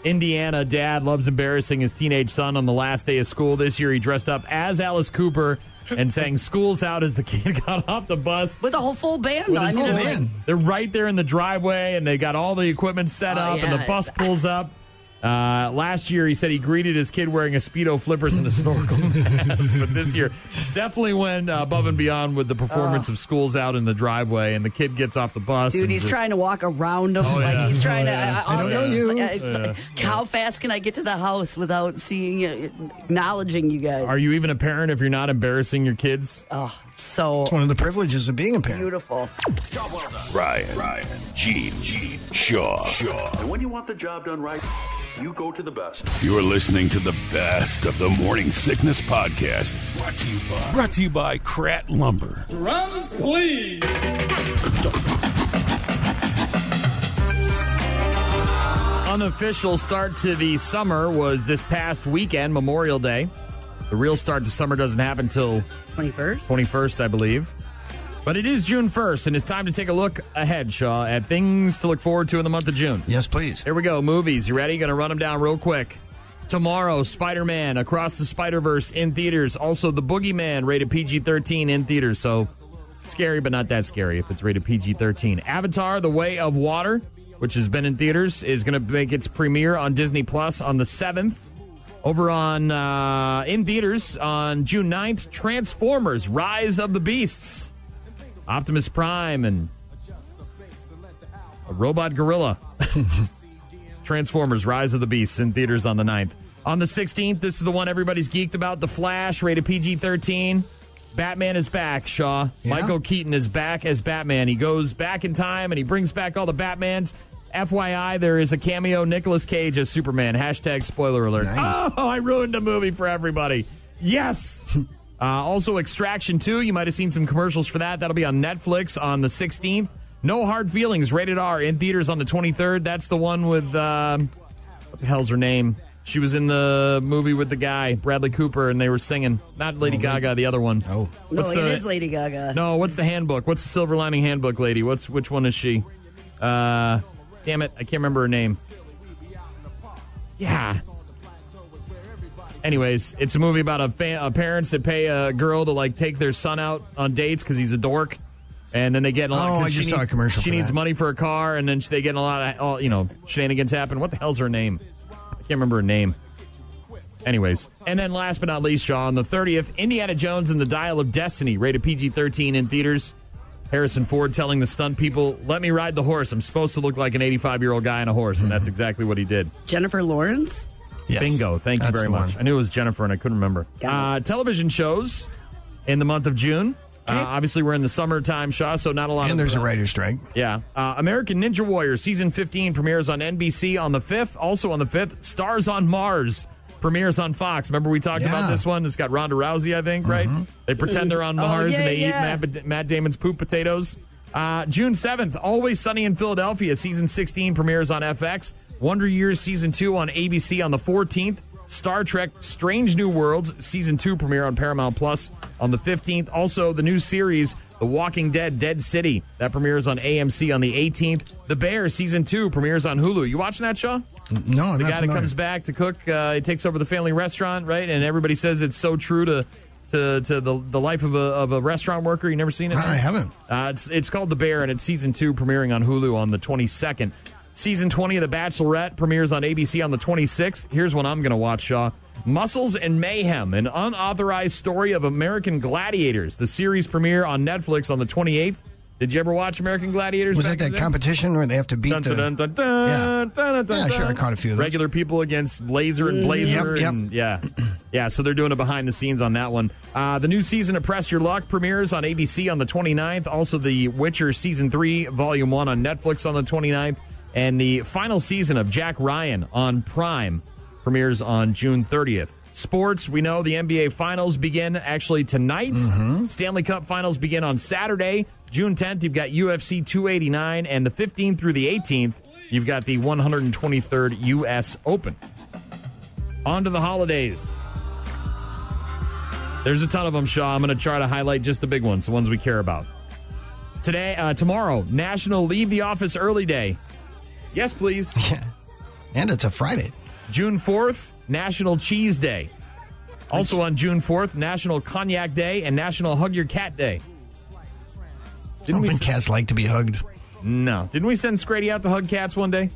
Speaker 4: Indiana dad loves embarrassing his teenage son on the last day of school. This year, he dressed up as Alice Cooper and sang "School's Out" as the kid got off the bus
Speaker 6: With a whole full band.
Speaker 4: with
Speaker 6: though. I
Speaker 4: his
Speaker 6: mean,
Speaker 4: whole
Speaker 6: it's like-
Speaker 4: thing. They're right there in the driveway, and they got all the equipment set
Speaker 6: Oh,
Speaker 4: up, and
Speaker 6: yeah.
Speaker 4: the bus pulls up. Uh, last year, he said he greeted his kid wearing a speedo, flippers, and a snorkel mask. But this year, definitely went above and beyond with the performance of "Schools Out" in the driveway, and the kid gets off the bus.
Speaker 6: Oh. Dude,
Speaker 4: and
Speaker 6: he's
Speaker 4: just-
Speaker 6: trying to walk around him.
Speaker 4: Oh,
Speaker 6: like
Speaker 4: yeah.
Speaker 6: he's trying
Speaker 4: Oh, yeah.
Speaker 6: to. uh, I,
Speaker 4: I don't
Speaker 6: I-
Speaker 4: know you.
Speaker 6: I- I-
Speaker 4: Yeah.
Speaker 6: uh, How fast can I get to the house without seeing, uh, acknowledging you guys?
Speaker 4: Are you even a parent if you're not embarrassing your kids?
Speaker 6: Oh, so
Speaker 5: It's one of the privileges of being a parent.
Speaker 6: Beautiful.
Speaker 2: Ryan, Ryan, Gene, Gene, Shaw. Shaw.
Speaker 3: And when you want the job done right, you go to the best.
Speaker 2: You are listening to the best of the Morning Sickness Podcast. Brought to you by, brought to you by Krat Lumber.
Speaker 8: Drums, please.
Speaker 4: Unofficial start to the summer was this past weekend, Memorial Day. The real start to summer doesn't happen till
Speaker 6: 21st.
Speaker 4: 21st, I believe. But it is June 1st, and it's time to take a look ahead, Shaw, at things to look forward to in the month of June.
Speaker 5: Yes, please.
Speaker 4: Here we go. Movies. You ready? Going to run them down real quick. Tomorrow, Spider Man Across the Spider Verse in theaters. Also, The Boogeyman rated PG 13 in theaters. So scary, but not that scary if it's rated PG 13. Avatar The Way of Water, which has been in theaters, is going to make its premiere on Disney Plus on the 7th. Over on uh, in theaters on June 9th, Transformers Rise of the Beasts. Optimus Prime and a robot gorilla. Transformers Rise of the Beasts in theaters on the 9th. On the 16th, this is the one everybody's geeked about The Flash, rated PG 13. Batman is back, Shaw. Michael Keaton is back as Batman. He goes back in time and he brings back all the Batmans. FYI, there is a cameo Nicolas Cage as Superman. Hashtag spoiler alert. Oh, I ruined a movie for everybody. Yes. Uh, also, Extraction 2. You might have seen some commercials for that. That'll be on Netflix on the 16th. No Hard Feelings, rated R, in theaters on the 23rd. That's the one with, um, what the hell's her name? She was in the movie with the guy, Bradley Cooper, and they were singing. Not Lady Gaga, the other one. Oh.
Speaker 6: No, it is Lady Gaga.
Speaker 4: No, what's the handbook? What's the Silver Lining handbook lady? What's Which one is she? Uh, damn it, I can't remember her name. Yeah. Anyways, it's a movie about a, fa- a parents that pay a girl to like take their son out on dates because he's a dork, and then they get in a lot.
Speaker 5: Oh,
Speaker 4: 'cause
Speaker 5: I
Speaker 4: she
Speaker 5: just saw
Speaker 4: needs-
Speaker 5: a commercial
Speaker 4: She
Speaker 5: for
Speaker 4: needs
Speaker 5: that.
Speaker 4: money for a car, and then she- they get in a lot of all, you know shenanigans happen. What the hell's her name? I can't remember her name. Anyways, and then last but not least, Shaw on the thirtieth, Indiana Jones and the Dial of Destiny, rated PG thirteen in theaters. Harrison Ford telling the stunt people, "Let me
Speaker 5: Mm-hmm.
Speaker 4: ride the horse. I'm supposed to look like an 85 year old guy on a horse," and that's exactly what he did.
Speaker 6: Jennifer Lawrence?
Speaker 4: Yes. Bingo. Thank you
Speaker 5: That's
Speaker 4: very
Speaker 5: the
Speaker 4: much.
Speaker 5: one.
Speaker 4: I knew it was Jennifer and I couldn't remember. Uh, television shows in the month of June. Uh, obviously, we're in the summertime, Shaw, so not a lot
Speaker 5: And
Speaker 4: of.
Speaker 5: there's a
Speaker 4: uh,
Speaker 5: writer's strike.
Speaker 4: yeah. Uh, American Ninja Warrior season 15 premieres on NBC on the 5th. Also on the 5th, Stars on Mars premieres on Fox. Remember we talked about this one? It's got Ronda Rousey, I think,
Speaker 5: Mm-hmm.
Speaker 4: right? They pretend they're on
Speaker 17: Oh,
Speaker 4: Mars
Speaker 17: yeah,
Speaker 4: and they
Speaker 17: yeah.
Speaker 4: eat Matt, Matt Damon's poop potatoes. Uh, June 7th, Always Sunny in Philadelphia season 16 premieres on FX. Wonder Years season 2 on ABC on the 14th. Star Trek Strange New Worlds season 2 premiere on Paramount Plus on the 15th. Also the new series the Walking Dead Dead City. That premieres on AMC on the 18th. The Bear Season 2 premieres on Hulu. You watching that, Shaw?
Speaker 5: No, I'm
Speaker 4: the
Speaker 5: not
Speaker 4: guy that
Speaker 5: familiar.
Speaker 4: comes back to cook, uh, he takes over the family restaurant, right? And everybody says it's so true to to, to the, the life of a, of a restaurant worker. You never seen it? I
Speaker 5: haven't.
Speaker 4: Uh, it's, it's called The Bear, and it's season two premiering on Hulu on the 22nd. Season 20 of The Bachelorette premieres on ABC on the 26th. Here's one I'm going to watch, Shaw. Muscles and Mayhem, an unauthorized story of American gladiators. The series premiere on Netflix on the 28th. Did you ever watch American Gladiators?
Speaker 5: Was
Speaker 4: back
Speaker 5: that
Speaker 4: in
Speaker 5: that
Speaker 4: the day?
Speaker 5: competition where they have to beat
Speaker 4: Dun,
Speaker 5: the?
Speaker 4: dun, dun, dun,
Speaker 5: Yeah.
Speaker 4: dun, dun, dun,
Speaker 5: Yeah, sure, I
Speaker 4: dun.
Speaker 5: caught a few of those.
Speaker 4: Regular people against Laser and
Speaker 5: Mm.
Speaker 4: Blazer.
Speaker 5: Yep, yep.
Speaker 4: And yeah. Yeah, so they're doing a behind the scenes on that one. Uh, the new season of Press Your Luck premieres on ABC on the 29th. Also, The Witcher Season 3, Volume 1 on Netflix on the 29th. And the final season of Jack Ryan on Prime premieres on June 30th. Sports, we know the NBA Finals begin actually tonight.
Speaker 5: Mm-hmm.
Speaker 4: Stanley Cup Finals begin on Saturday, June 10th. You've got UFC 289, and the 15th through the 18th, you've got the 123rd U.S. Open. On to the holidays. There's a ton of them, Shaw. I'm going to try to highlight just the big ones, the ones we care about. Today, uh, tomorrow, National Leave the Office Early Day. Yes, please.
Speaker 5: and it's a Friday.
Speaker 4: June 4th, National Cheese Day. Also on June 4th, National Cognac Day and National Hug Your Cat Day.
Speaker 5: I don't think cats like to be hugged.
Speaker 4: No. Didn't we send Scrady out to hug cats one day?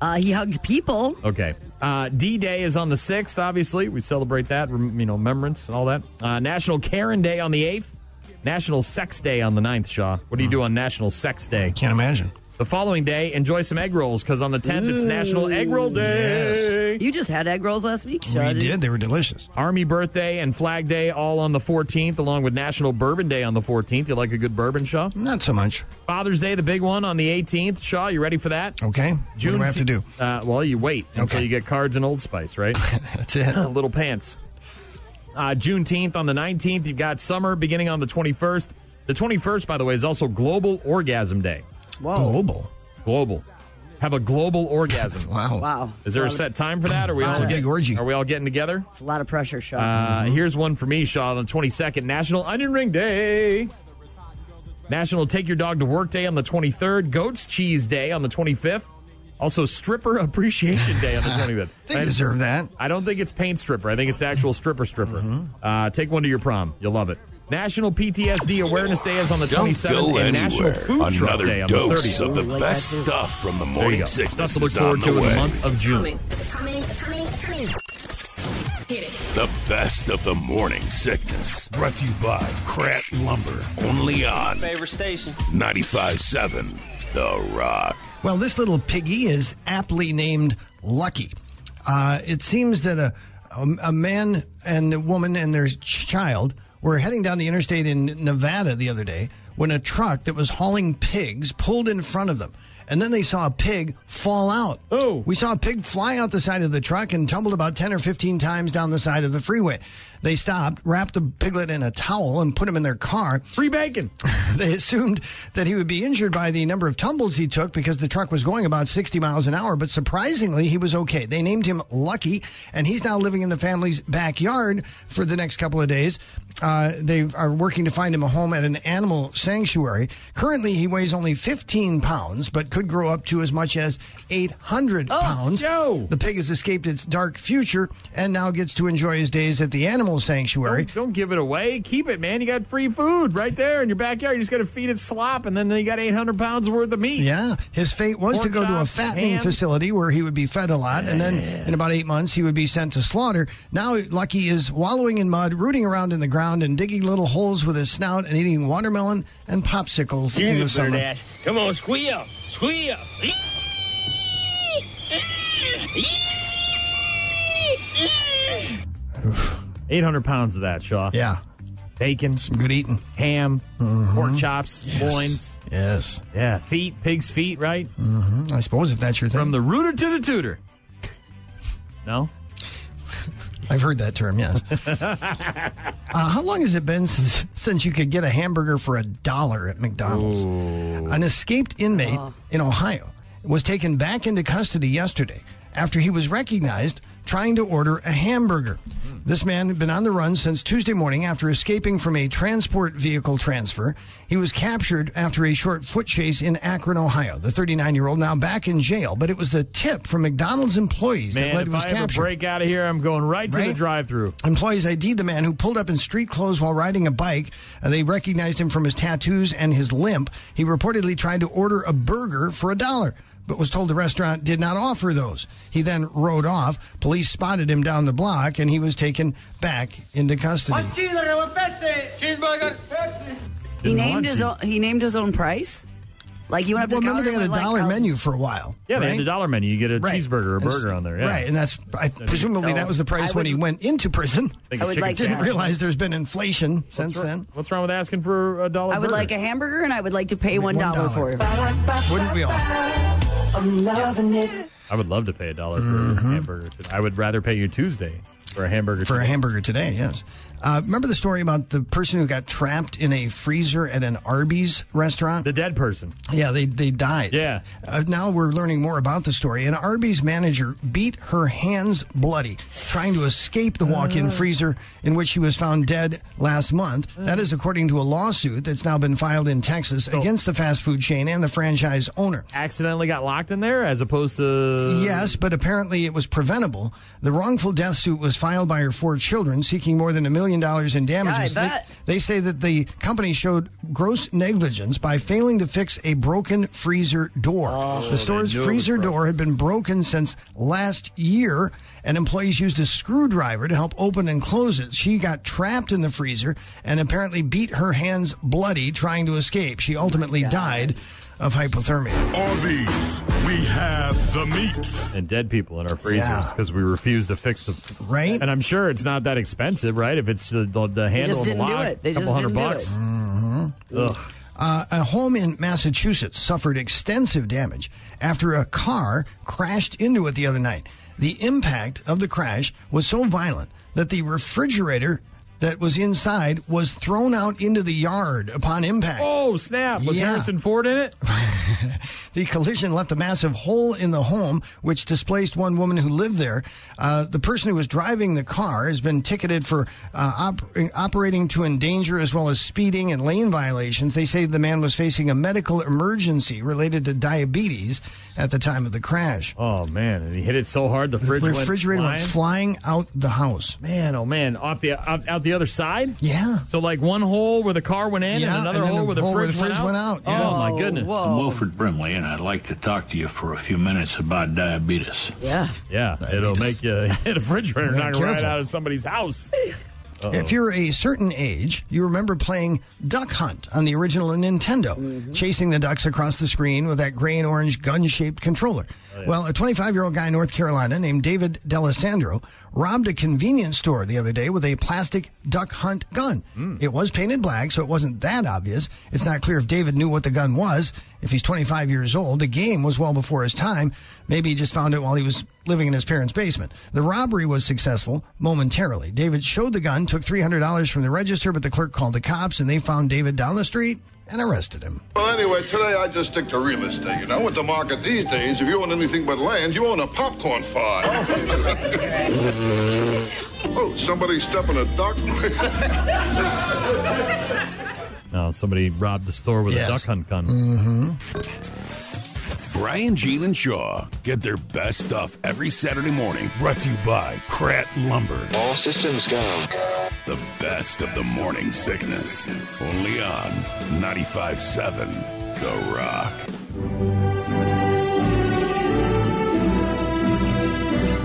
Speaker 6: Uh, he hugged people.
Speaker 4: Okay. Uh, D Day is on the 6th, obviously. We celebrate that, rem- you know, remembrance and all that. Uh, National Karen Day on the 8th. National Sex Day on the 9th, Shaw. What do you do on National Sex Day?
Speaker 5: Can't imagine.
Speaker 4: The following day, enjoy some egg rolls because on the 10th, it's National Egg Roll Day.
Speaker 6: You just had egg rolls last week.
Speaker 4: We
Speaker 6: Shad.
Speaker 4: did.
Speaker 5: They were delicious.
Speaker 4: Army Birthday and Flag Day all on the 14th, along with National Bourbon Day on the 14th. You like a good bourbon, Shaw?
Speaker 5: Not so much.
Speaker 4: Father's Day, the big one, on the 18th. Shaw, you ready for that?
Speaker 5: Okay.
Speaker 4: June
Speaker 5: what do I have to
Speaker 4: t-
Speaker 5: do?
Speaker 4: Uh, well, you wait until you get cards and Old Spice, right?
Speaker 5: That's it.
Speaker 4: Little pants. Uh, Juneteenth on the 19th. You've got summer beginning on the 21st. The 21st, by the way, is also Global Orgasm Day.
Speaker 6: Whoa.
Speaker 5: Global.
Speaker 4: Global. Have a global orgasm.
Speaker 5: wow.
Speaker 6: Wow.
Speaker 4: Is there a set time for that? Are we
Speaker 6: That's
Speaker 4: all
Speaker 6: a
Speaker 4: getting,
Speaker 6: big
Speaker 4: orgy. Are we all getting together?
Speaker 6: It's a lot of pressure, Shaw.
Speaker 4: Uh,
Speaker 2: Mm-hmm.
Speaker 4: here's one for me, Shaw, on the 22nd National Onion Ring Day. National Take Your Dog to Work Day on the 23rd. Goat's Cheese Day on the 25th. Also, Stripper Appreciation Day on the 25th.
Speaker 5: They deserve that.
Speaker 4: I don't think it's paint stripper. I think it's actual stripper stripper.
Speaker 2: Mm-hmm.
Speaker 4: Uh, take one to your prom. You'll love it. National PTSD Awareness Day is on the
Speaker 2: Don't
Speaker 4: 27th.
Speaker 2: go
Speaker 4: and National
Speaker 2: anywhere.
Speaker 4: Food Truck Day
Speaker 2: Another
Speaker 4: on the 30th.
Speaker 2: dose of the best stuff from the
Speaker 4: There you
Speaker 2: morning
Speaker 4: go.
Speaker 2: sickness
Speaker 4: Stuff to look
Speaker 2: is
Speaker 4: forward
Speaker 2: on the
Speaker 4: to in the
Speaker 2: way.
Speaker 4: month of June.
Speaker 7: Coming, coming, coming. Hit it.
Speaker 2: The best of the morning sickness. Brought to you by Krat Lumber. Only on
Speaker 11: Favorite station.
Speaker 2: 95.7 The Rock.
Speaker 5: Well, this little piggy is aptly named Lucky. Uh, it seems that a, um, a, a man and a woman and their ch- child were heading down the interstate in Nevada the other day when a truck that was hauling pigs pulled in front of them. And then they saw a pig fall out. Oh. We saw a pig fly out the side of the truck and tumbled about 10 or 15 times down the side of the freeway. They stopped, wrapped the piglet in a towel, and put him in their car.
Speaker 4: Free bacon.
Speaker 5: they assumed that he would be injured by the number of tumbles he took because the truck was going about 60 miles an hour, but surprisingly, he was okay. They named him Lucky, and he's now living in the family's backyard for the next couple of days. Uh, they are working to find him a home at an animal sanctuary. Currently, he weighs only 15 pounds, but could grow up to as much as 800 pounds. The pig has escaped its dark future and now gets to enjoy his days at the animal sanctuary.
Speaker 4: Don't give it away. Keep it, man. You got free food right there in your backyard. You just got to feed it slop, and then you got 800 pounds worth of meat.
Speaker 5: Yeah. His fate was to
Speaker 4: Pork
Speaker 5: go to a
Speaker 4: chops,
Speaker 5: fattening
Speaker 4: ham.
Speaker 5: facility where he would be fed a lot, and then in about eight months he would be sent to slaughter. Now Lucky is wallowing in mud, rooting around in the ground, and digging little holes with his snout, and eating watermelon and popsicles in the summer.
Speaker 17: Come on, squeal, squeal.
Speaker 8: Eight hundred pounds of that, Shaw.
Speaker 5: Yeah, Mm-hmm.
Speaker 8: bacon,
Speaker 5: some good eating,
Speaker 8: ham, pork chops, loins.
Speaker 5: Yes.
Speaker 8: Yeah, feet, pig's feet, right?
Speaker 5: hmm I suppose if that's your thing.
Speaker 8: From the rooter to the tutor. No.
Speaker 5: I've heard that term, yes. uh, how long has it been since, since you could get a hamburger for a dollar at McDonald's? An escaped inmate in Ohio was taken back into custody yesterday after he was recognized trying to order a hamburger.
Speaker 8: Hmm.
Speaker 5: This man had been on the run since Tuesday morning after escaping from a transport vehicle transfer. He was captured after a short foot chase in Akron, Ohio. The 39 year old now back in jail, but it was the tip from McDonald's employees that
Speaker 8: Man,
Speaker 5: led to
Speaker 8: if
Speaker 5: his
Speaker 8: I ever
Speaker 5: capture.
Speaker 8: break out of here, I'm going right to the
Speaker 5: Right?
Speaker 8: drive-through.
Speaker 5: Employees ID'd the man who pulled up in street clothes while riding a bike. Uh, they recognized him from his tattoos and his limp. He reportedly tried to order a burger for a dollar, but was told the restaurant did not offer those. He then rode off. Police spotted him down the block, and he was taken back into custody.
Speaker 1: cheeseburger, one Pepsi. Cheeseburger, Pepsi.
Speaker 6: He named his own, he named his own price. Like you went up
Speaker 5: Well,
Speaker 6: to the
Speaker 5: remember they
Speaker 6: counter
Speaker 5: had a
Speaker 6: and went,
Speaker 5: dollar
Speaker 6: like, "Oh,
Speaker 5: menu for a while.
Speaker 8: Yeah, they
Speaker 5: right?
Speaker 8: had the dollar menu. You get a
Speaker 5: Right.
Speaker 8: cheeseburger or a
Speaker 5: And s-
Speaker 8: burger on there. Yeah.
Speaker 5: Right, and that's I, presumably
Speaker 8: so
Speaker 5: that was the price
Speaker 8: I
Speaker 5: when
Speaker 8: would-
Speaker 5: he went into prison.
Speaker 8: Think a I would chicken like
Speaker 5: didn't
Speaker 8: sandwich.
Speaker 5: realize there's been inflation since
Speaker 8: wrong-
Speaker 5: then.
Speaker 8: What's wrong with asking for a dollar?
Speaker 6: I would like a hamburger and I would like to pay one dollar for it.
Speaker 5: Wouldn't we all?
Speaker 6: I'm loving it.
Speaker 8: I would love to pay a dollar for a hamburger. Today. I would rather pay you Tuesday for a hamburger.
Speaker 5: Mm-hmm. for a
Speaker 8: today.
Speaker 5: hamburger today. Yes. Uh, remember the story about the person who got trapped in a freezer at an Arby's restaurant?
Speaker 8: The dead person.
Speaker 5: Yeah, they they died.
Speaker 8: Yeah.
Speaker 5: Uh, now we're learning more about the story. An Arby's manager beat her hands bloody trying to escape the walk-in freezer in which she was found dead last month. that is according to a lawsuit that's now been filed in Texas against the fast food chain and the franchise owner.
Speaker 8: Accidentally got locked in there, as opposed to
Speaker 5: Yes, but apparently it was preventable. The wrongful death suit was filed by her four children, seeking more than a million dollars in damages.
Speaker 6: Yeah, I
Speaker 5: They-
Speaker 6: bet.
Speaker 5: They, say that the company showed gross negligence by failing to fix a broken freeser door.
Speaker 6: Oh.
Speaker 5: the store's
Speaker 8: knew it was
Speaker 5: freezer door had been broken since last year, and employees used a screwdriver to help open and close it. She got trapped in the freezer and apparently beat her hands bloody trying to escape. She
Speaker 6: Oh
Speaker 5: ultimately died of hypothermia.
Speaker 18: Arby's, we have the meats.
Speaker 8: and dead people in our freezers
Speaker 5: Yeah.
Speaker 8: because we refuse to fix the
Speaker 5: Right?
Speaker 8: And I'm sure it's not that expensive, right? If it's the the, the handle
Speaker 6: just
Speaker 8: and the
Speaker 6: didn't do
Speaker 8: lock,
Speaker 6: it. They
Speaker 8: a couple
Speaker 6: just
Speaker 8: hundred
Speaker 6: didn't do
Speaker 8: bucks.
Speaker 6: it.
Speaker 8: Ugh.
Speaker 5: Uh, a home in Massachusetts suffered extensive damage after a car crashed into it the other night. The impact of the crash was so violent that the refrigerator that was inside was thrown out into the yard upon impact.
Speaker 8: Oh snap! Was
Speaker 5: Yeah.
Speaker 8: Harrison Ford in it?
Speaker 5: The collision left a massive hole in the home, which displaced one woman who lived there. Uh, the person who was driving the car has been ticketed for uh, op- operating to endanger as well as speeding and lane violations. They say the man was facing a medical emergency related to diabetes at the time of the crash.
Speaker 8: Oh man! And he hit it so hard the
Speaker 5: The
Speaker 8: fridge went
Speaker 5: refrigerator went
Speaker 8: flying.
Speaker 5: flying out the house.
Speaker 8: Man, oh man, off the out, out the other side.
Speaker 5: Yeah.
Speaker 8: So like one hole where the car went in,
Speaker 5: Yeah,
Speaker 8: and another
Speaker 5: and then
Speaker 8: hole,
Speaker 5: the
Speaker 8: where, the
Speaker 5: hole where
Speaker 8: fridge
Speaker 5: the fridge
Speaker 8: went
Speaker 5: went
Speaker 8: out.
Speaker 5: out, yeah.
Speaker 8: Oh my goodness!
Speaker 6: Whoa.
Speaker 19: I'm Wilfred Brimley, and I'd like to talk to you for a few minutes about diabetes.
Speaker 6: Yeah.
Speaker 8: Yeah, it'll make you hit a refrigerator,
Speaker 5: Yeah,
Speaker 8: knock it right
Speaker 5: careful.
Speaker 8: out of somebody's house.
Speaker 5: If you're a certain age, you remember playing Duck Hunt on the original Nintendo, chasing the ducks across the screen with that gray and orange gun shaped controller. Well, a 25 year old guy in North Carolina named David D'Alessandro robbed a convenience store the other day with a plastic duck hunt gun. It was painted black, so it wasn't that obvious. It's not clear if David knew what the gun was. If he's 25 years old, the game was well before his time. Maybe he just found it while he was living in his parents' basement. The robbery was successful momentarily. David showed the gun, took $300 from the register, but the clerk called the cops and they found David down the street and arrested him.
Speaker 4: Well, anyway, today I just stick to real estate. You know, with the market these days, if you own anything but land, you own a popcorn farm. oh, somebody stuffing a duck.
Speaker 8: No, Oh, somebody robbed the store with
Speaker 2: Yes.
Speaker 8: a duck hunt gun.
Speaker 5: Mm.
Speaker 2: Brian, Gene, and Shaw get their best stuff every Saturday morning. Brought to you by Krat Lumber. All systems go. The best of the morning sickness. Only on 95.7 The Rock.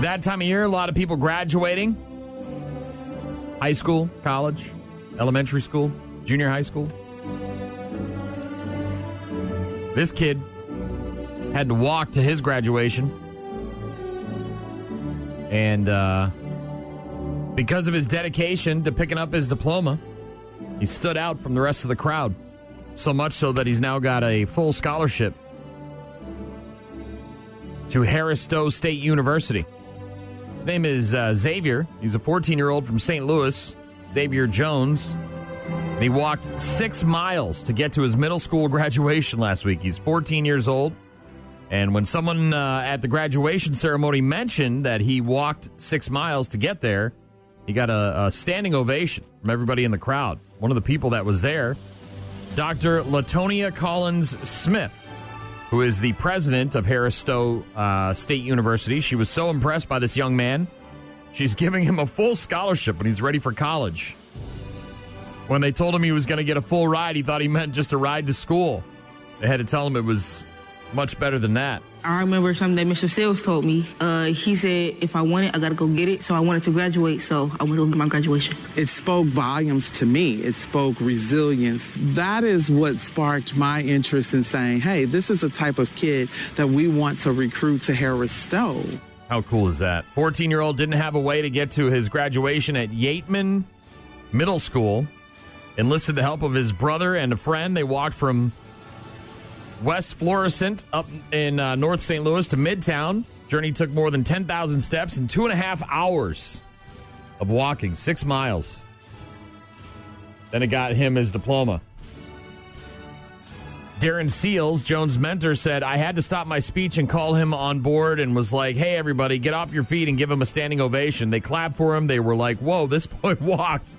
Speaker 8: That time of year, a lot of people graduating high school, college, elementary school, junior high school. This kid had to walk to his graduation. And uh,
Speaker 4: Because of his dedication to picking up his diploma, he stood out from the rest of the crowd. So much so that he's now got a full scholarship to Harris Stowe State University. His name is uh, Xavier. He's a 14 year old from St. Louis, Xavier Jones. And he walked six miles to get to his middle school graduation last week. He's 14 years old. And when someone uh, at the graduation ceremony mentioned that he walked six miles to get there, he got a, a standing ovation from everybody in the crowd. One of the people that was there, Dr. Latonia Collins Smith, who is the president of Harris Stowe uh, State University. She was so impressed by this young man, she's giving him a full scholarship when he's ready for college. When they told him he was going to get a full ride, he thought he meant just a ride to school. They had to tell him it was much better than that.
Speaker 20: I remember something that Mr. Sales told me. Uh, he said, if I want it, I gotta go get it. So I wanted to graduate, so I went to go get my graduation.
Speaker 21: It spoke volumes to me. It spoke resilience. That is what sparked my interest in saying, hey, this is a type of kid that we want to recruit to Harris Stowe.
Speaker 4: How cool is that? 14 year old didn't have a way to get to his graduation at Yateman Middle School. Enlisted the help of his brother and a friend. They walked from West Florissant up in uh, North St. Louis to Midtown. Journey took more than 10,000 steps and two and a half hours of walking, six miles. Then it got him his diploma. Darren Seals, Jones' mentor, said, I had to stop my speech and call him on board and was like, hey, everybody, get off your feet and give him a standing ovation. They clapped for him. They were like, whoa, this boy walked.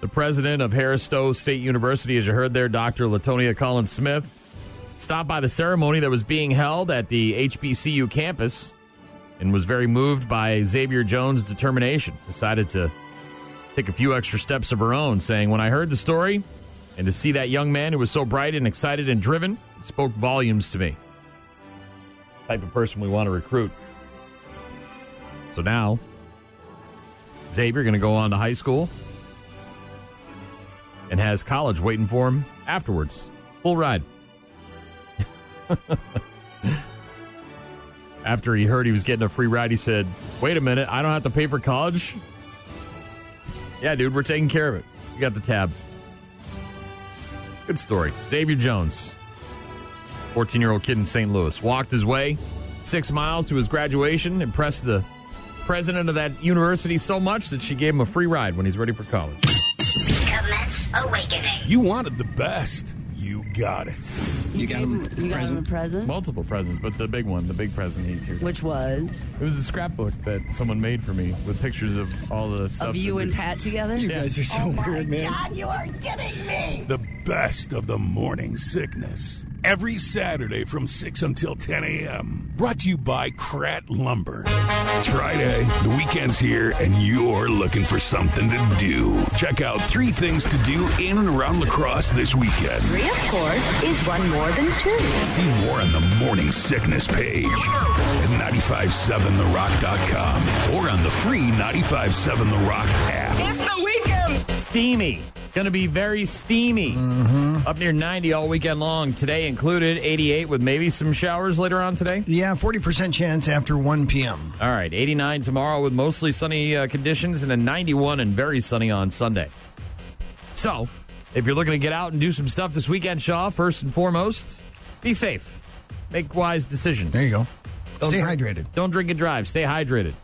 Speaker 4: The president of Harris Stowe State University, as you heard there, Dr. Latonia Collins Smith, stopped by the ceremony that was being held at the HBCU campus and was very moved by Xavier Jones' determination. Decided to take a few extra steps of her own, saying, When I heard the story and to see that young man who was so bright and excited and driven, it spoke volumes to me. Type of person we want to recruit. So now, Xavier going to go on to high school and has college waiting for him afterwards. Full ride. After he heard he was getting a free ride, he said, Wait a minute, I don't have to pay for college? Yeah, dude, we're taking care of it. We got the tab. Good story. Xavier Jones, 14 year old kid in St. Louis, walked his way six miles to his graduation, impressed the president of that university so much that she gave him a free ride when he's ready for college.
Speaker 7: Commence awakening.
Speaker 2: You wanted the best. You got it.
Speaker 6: You, got, him, gave- you got him a present,
Speaker 4: Multiple presents, but the big one, the big present he too.
Speaker 6: which was
Speaker 4: It was a scrapbook that someone made for me with pictures of all the stuff.
Speaker 6: of you
Speaker 4: that
Speaker 6: and
Speaker 4: we-
Speaker 6: Pat together.
Speaker 4: You guys are so
Speaker 6: oh my
Speaker 4: weird, man.
Speaker 6: God, you are kidding me.
Speaker 2: The best of the morning sickness. Every Saturday from 6 until 10 a.m. Brought to you by Krat Lumber. It's Friday, the weekend's here, and you're looking for something to do. Check out three things to do in and around lacrosse this weekend.
Speaker 7: Three, of course, is one more than two.
Speaker 2: See more on the Morning Sickness page at 957therock.com or on the free 957 The Rock app.
Speaker 7: the weekend.
Speaker 4: Steamy. Going to be very steamy. Up near 90 all weekend long. Today included 88 with maybe some showers later on today.
Speaker 5: Yeah, 40% chance after 1 p.m.
Speaker 4: All right, 89 tomorrow with mostly sunny uh, conditions and a 91 and very sunny on Sunday. So, if you're looking to get out and do some stuff this weekend, Shaw, first and foremost, be safe. Make wise decisions.
Speaker 5: There you go.
Speaker 4: Don't
Speaker 5: Stay
Speaker 4: drink-
Speaker 5: hydrated.
Speaker 4: Don't drink and drive. Stay hydrated.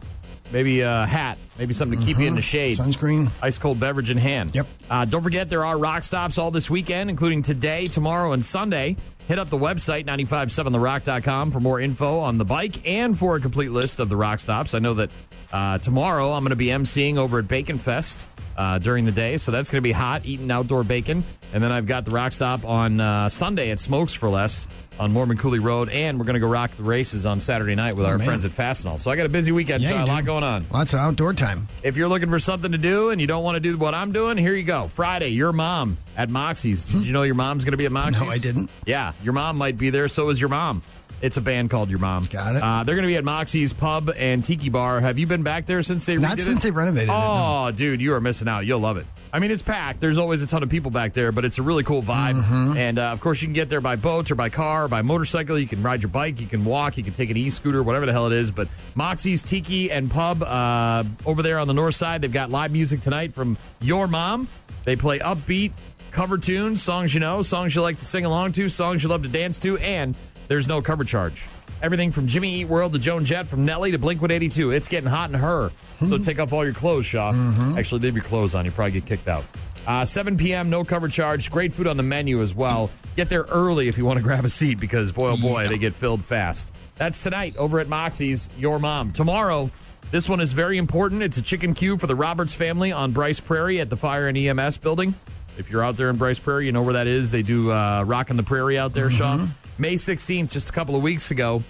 Speaker 4: Maybe a hat. Maybe something to keep you in the shade.
Speaker 5: Sunscreen.
Speaker 4: Ice cold beverage in hand. Yep. Uh, don't forget there are rock stops all this weekend, including today, tomorrow, and Sunday. Hit up the website 957therock.com for more info on the bike and for a complete list of the rock stops. I know that uh, tomorrow I'm going to be emceeing over at Bacon Fest. Uh, during the day, so that's going to be hot, eating outdoor bacon. And then I've got the rock stop on uh, Sunday at Smokes for Less on Mormon Cooley Road, and we're going to go rock the races on Saturday night with
Speaker 5: Oh,
Speaker 4: our
Speaker 5: man.
Speaker 4: friends at Fastenal. So I got a busy weekend,
Speaker 5: Yeah,
Speaker 4: so
Speaker 5: you
Speaker 4: a lot
Speaker 5: do.
Speaker 4: going on.
Speaker 5: Lots of outdoor time.
Speaker 4: If you're looking for something to do and you don't want to do what I'm doing, here you go. Friday, your mom at Moxie's. Did you know your mom's going to be at Moxie's?
Speaker 5: No, I didn't.
Speaker 4: Yeah, your mom might be there. So is your mom. It's a band called Your Mom. Got
Speaker 5: it.
Speaker 4: Uh, they're going to be at Moxie's Pub and Tiki Bar. Have you been back there since they
Speaker 5: Not
Speaker 4: redid
Speaker 5: since
Speaker 4: it?
Speaker 5: they renovated it,
Speaker 4: Oh,
Speaker 5: no.
Speaker 4: dude, you are missing out. You'll love it. I mean, it's packed. There's always a ton of people back there, but it's a really cool vibe. And uh, of course, you can get there by boat or by car or by motorcycle. You can ride your bike, you can walk, you can take an e scooter, whatever the hell it is. But Moxie's Tiki and Pub uh, over there on the north side, they've got live music tonight from Your Mom. They play upbeat cover tunes, songs you know, songs you like to sing along to, songs you love to dance to, and there's no cover charge. Everything from Jimmy Eat World to Joan Jett, from Nelly to Blink 182. It's getting hot in her. So take off all your clothes, Shaw. Actually, leave your clothes on. You probably get kicked out. Uh, 7 p.m., no cover charge. Great food on the menu as well. Get there early if you want to grab a seat because, boy, oh boy, they get filled fast. That's tonight Oh, over at Moxie's, Your Mom. Tomorrow, this one is very important. It's a chicken queue for the Roberts family on Bryce Prairie at the Fire and EMS building. If you're out there in Bryce Prairie, you know where that is. They do uh, Rockin' the Prairie out there, Sean.
Speaker 5: Mm-hmm.
Speaker 4: May 16th, just a couple of weeks ago,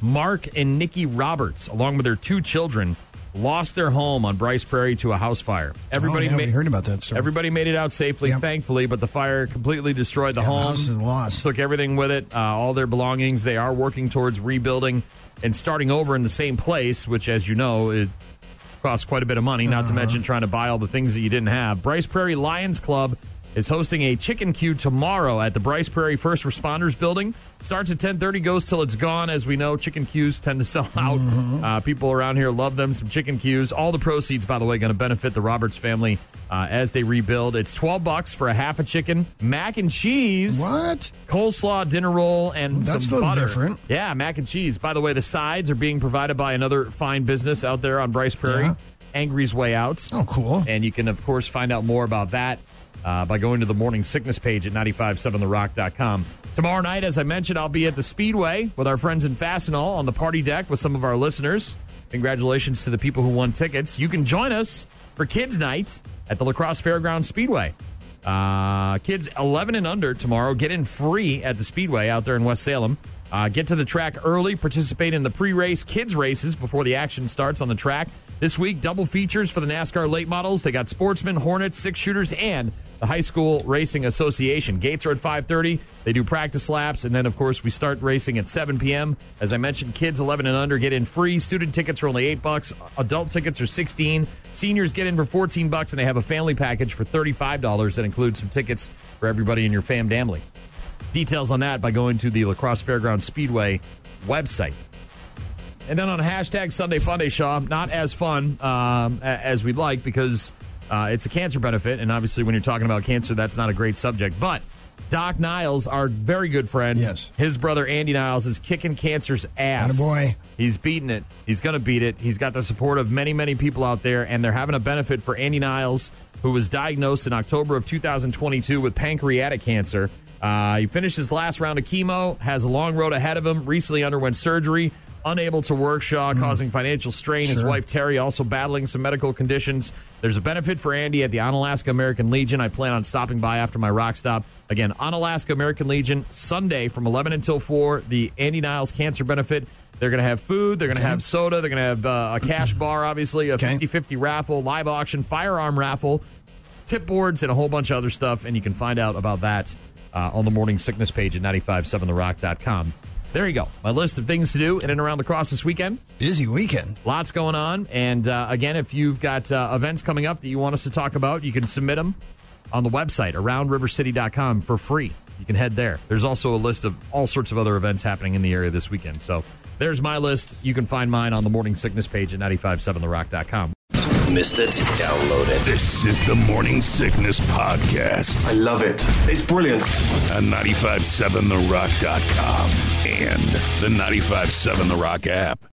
Speaker 4: Mark and Nikki Roberts, along with their two children, lost their home on Bryce Prairie to a house fire. Everybody
Speaker 5: oh, yeah,
Speaker 4: made
Speaker 5: we heard about that story.
Speaker 4: Everybody made it out safely, thankfully, but the fire completely destroyed the
Speaker 5: Yeah, the
Speaker 4: home.
Speaker 5: house is lost.
Speaker 4: Took everything with it, uh, all their belongings. They are working towards rebuilding and starting over in the same place, which, as you know, it costs quite a bit of money, not to mention trying to buy all the things that you didn't have. Bryce Prairie Lions Club is hosting a chicken queue tomorrow at the Bryce Prairie First Responders Building. Starts at 10.30, goes till it's gone. As we know, chicken queues tend to sell out. Uh, people around here love them, some chicken queues. All the proceeds, by the way, going to benefit the Roberts family uh, as they rebuild. It's 12 bucks for a half a chicken, mac and cheese.
Speaker 5: What?
Speaker 4: Coleslaw, dinner roll, and
Speaker 5: That's
Speaker 4: some
Speaker 5: a little
Speaker 4: butter.
Speaker 5: different.
Speaker 4: Yeah, mac and cheese. By the way, the sides are being provided by another fine business out there on Bryce Prairie, Angry's Way Out.
Speaker 5: Oh, cool.
Speaker 4: And you can, of course, find out more about that uh, by going to the morning sickness page at 957therock.com. Tomorrow night, as I mentioned, I'll be at the Speedway with our friends in Fastenal on the party deck with some of our listeners. Congratulations to the people who won tickets. You can join us for Kids Night at the Lacrosse Fairgrounds Speedway. Uh, kids 11 and under tomorrow get in free at the Speedway out there in West Salem. Uh, get to the track early, participate in the pre race kids' races before the action starts on the track. This week, double features for the NASCAR late models. They got sportsmen, hornets, six shooters, and the High School Racing Association. Gates are at 5.30. They do practice laps, and then, of course, we start racing at 7 p.m. As I mentioned, kids 11 and under get in free. Student tickets are only 8 bucks. Adult tickets are 16. Seniors get in for 14 bucks, and they have a family package for $35 that includes some tickets for everybody in your fam family. Details on that by going to the Lacrosse Fairgrounds Speedway website. And then on hashtag Sunday Funday Shaw, not as fun um, a- as we'd like because uh, it's a cancer benefit. And obviously, when you're talking about cancer, that's not a great subject. But Doc Niles, our very good friend, yes. his brother Andy Niles is kicking cancer's ass.
Speaker 5: Attaboy.
Speaker 4: He's beating it. He's going to beat it. He's got the support of many, many people out there, and they're having a benefit for Andy Niles, who was diagnosed in October of 2022 with pancreatic cancer. Uh, he finished his last round of chemo, has a long road ahead of him, recently underwent surgery, unable to work, Shaw, causing financial strain. His
Speaker 5: Sure.
Speaker 4: wife, Terry, also battling some medical conditions. There's a benefit for Andy at the Onalaska American Legion. I plan on stopping by after my rock stop. Again, Onalaska American Legion, Sunday from 11 until 4, the Andy Niles Cancer Benefit. They're going to have food. They're going to have soda. They're going to have uh, a cash bar, obviously, a 50 50 raffle, live auction, firearm raffle, tip boards, and a whole bunch of other stuff. And you can find out about that uh, on the morning sickness page at 957therock.com. There you go. My list of things to do in and around lacrosse this weekend.
Speaker 5: Busy weekend.
Speaker 4: Lots going on. And uh, again, if you've got uh, events coming up that you want us to talk about, you can submit them on the website aroundrivercity.com for free. You can head there. There's also a list of all sorts of other events happening in the area this weekend. So there's my list. You can find mine on the morning sickness page at 957therock.com.
Speaker 2: Missed it? Download it. This is the Morning Sickness Podcast. I love it. It's brilliant. On 957therock.com and the 957 The Rock app.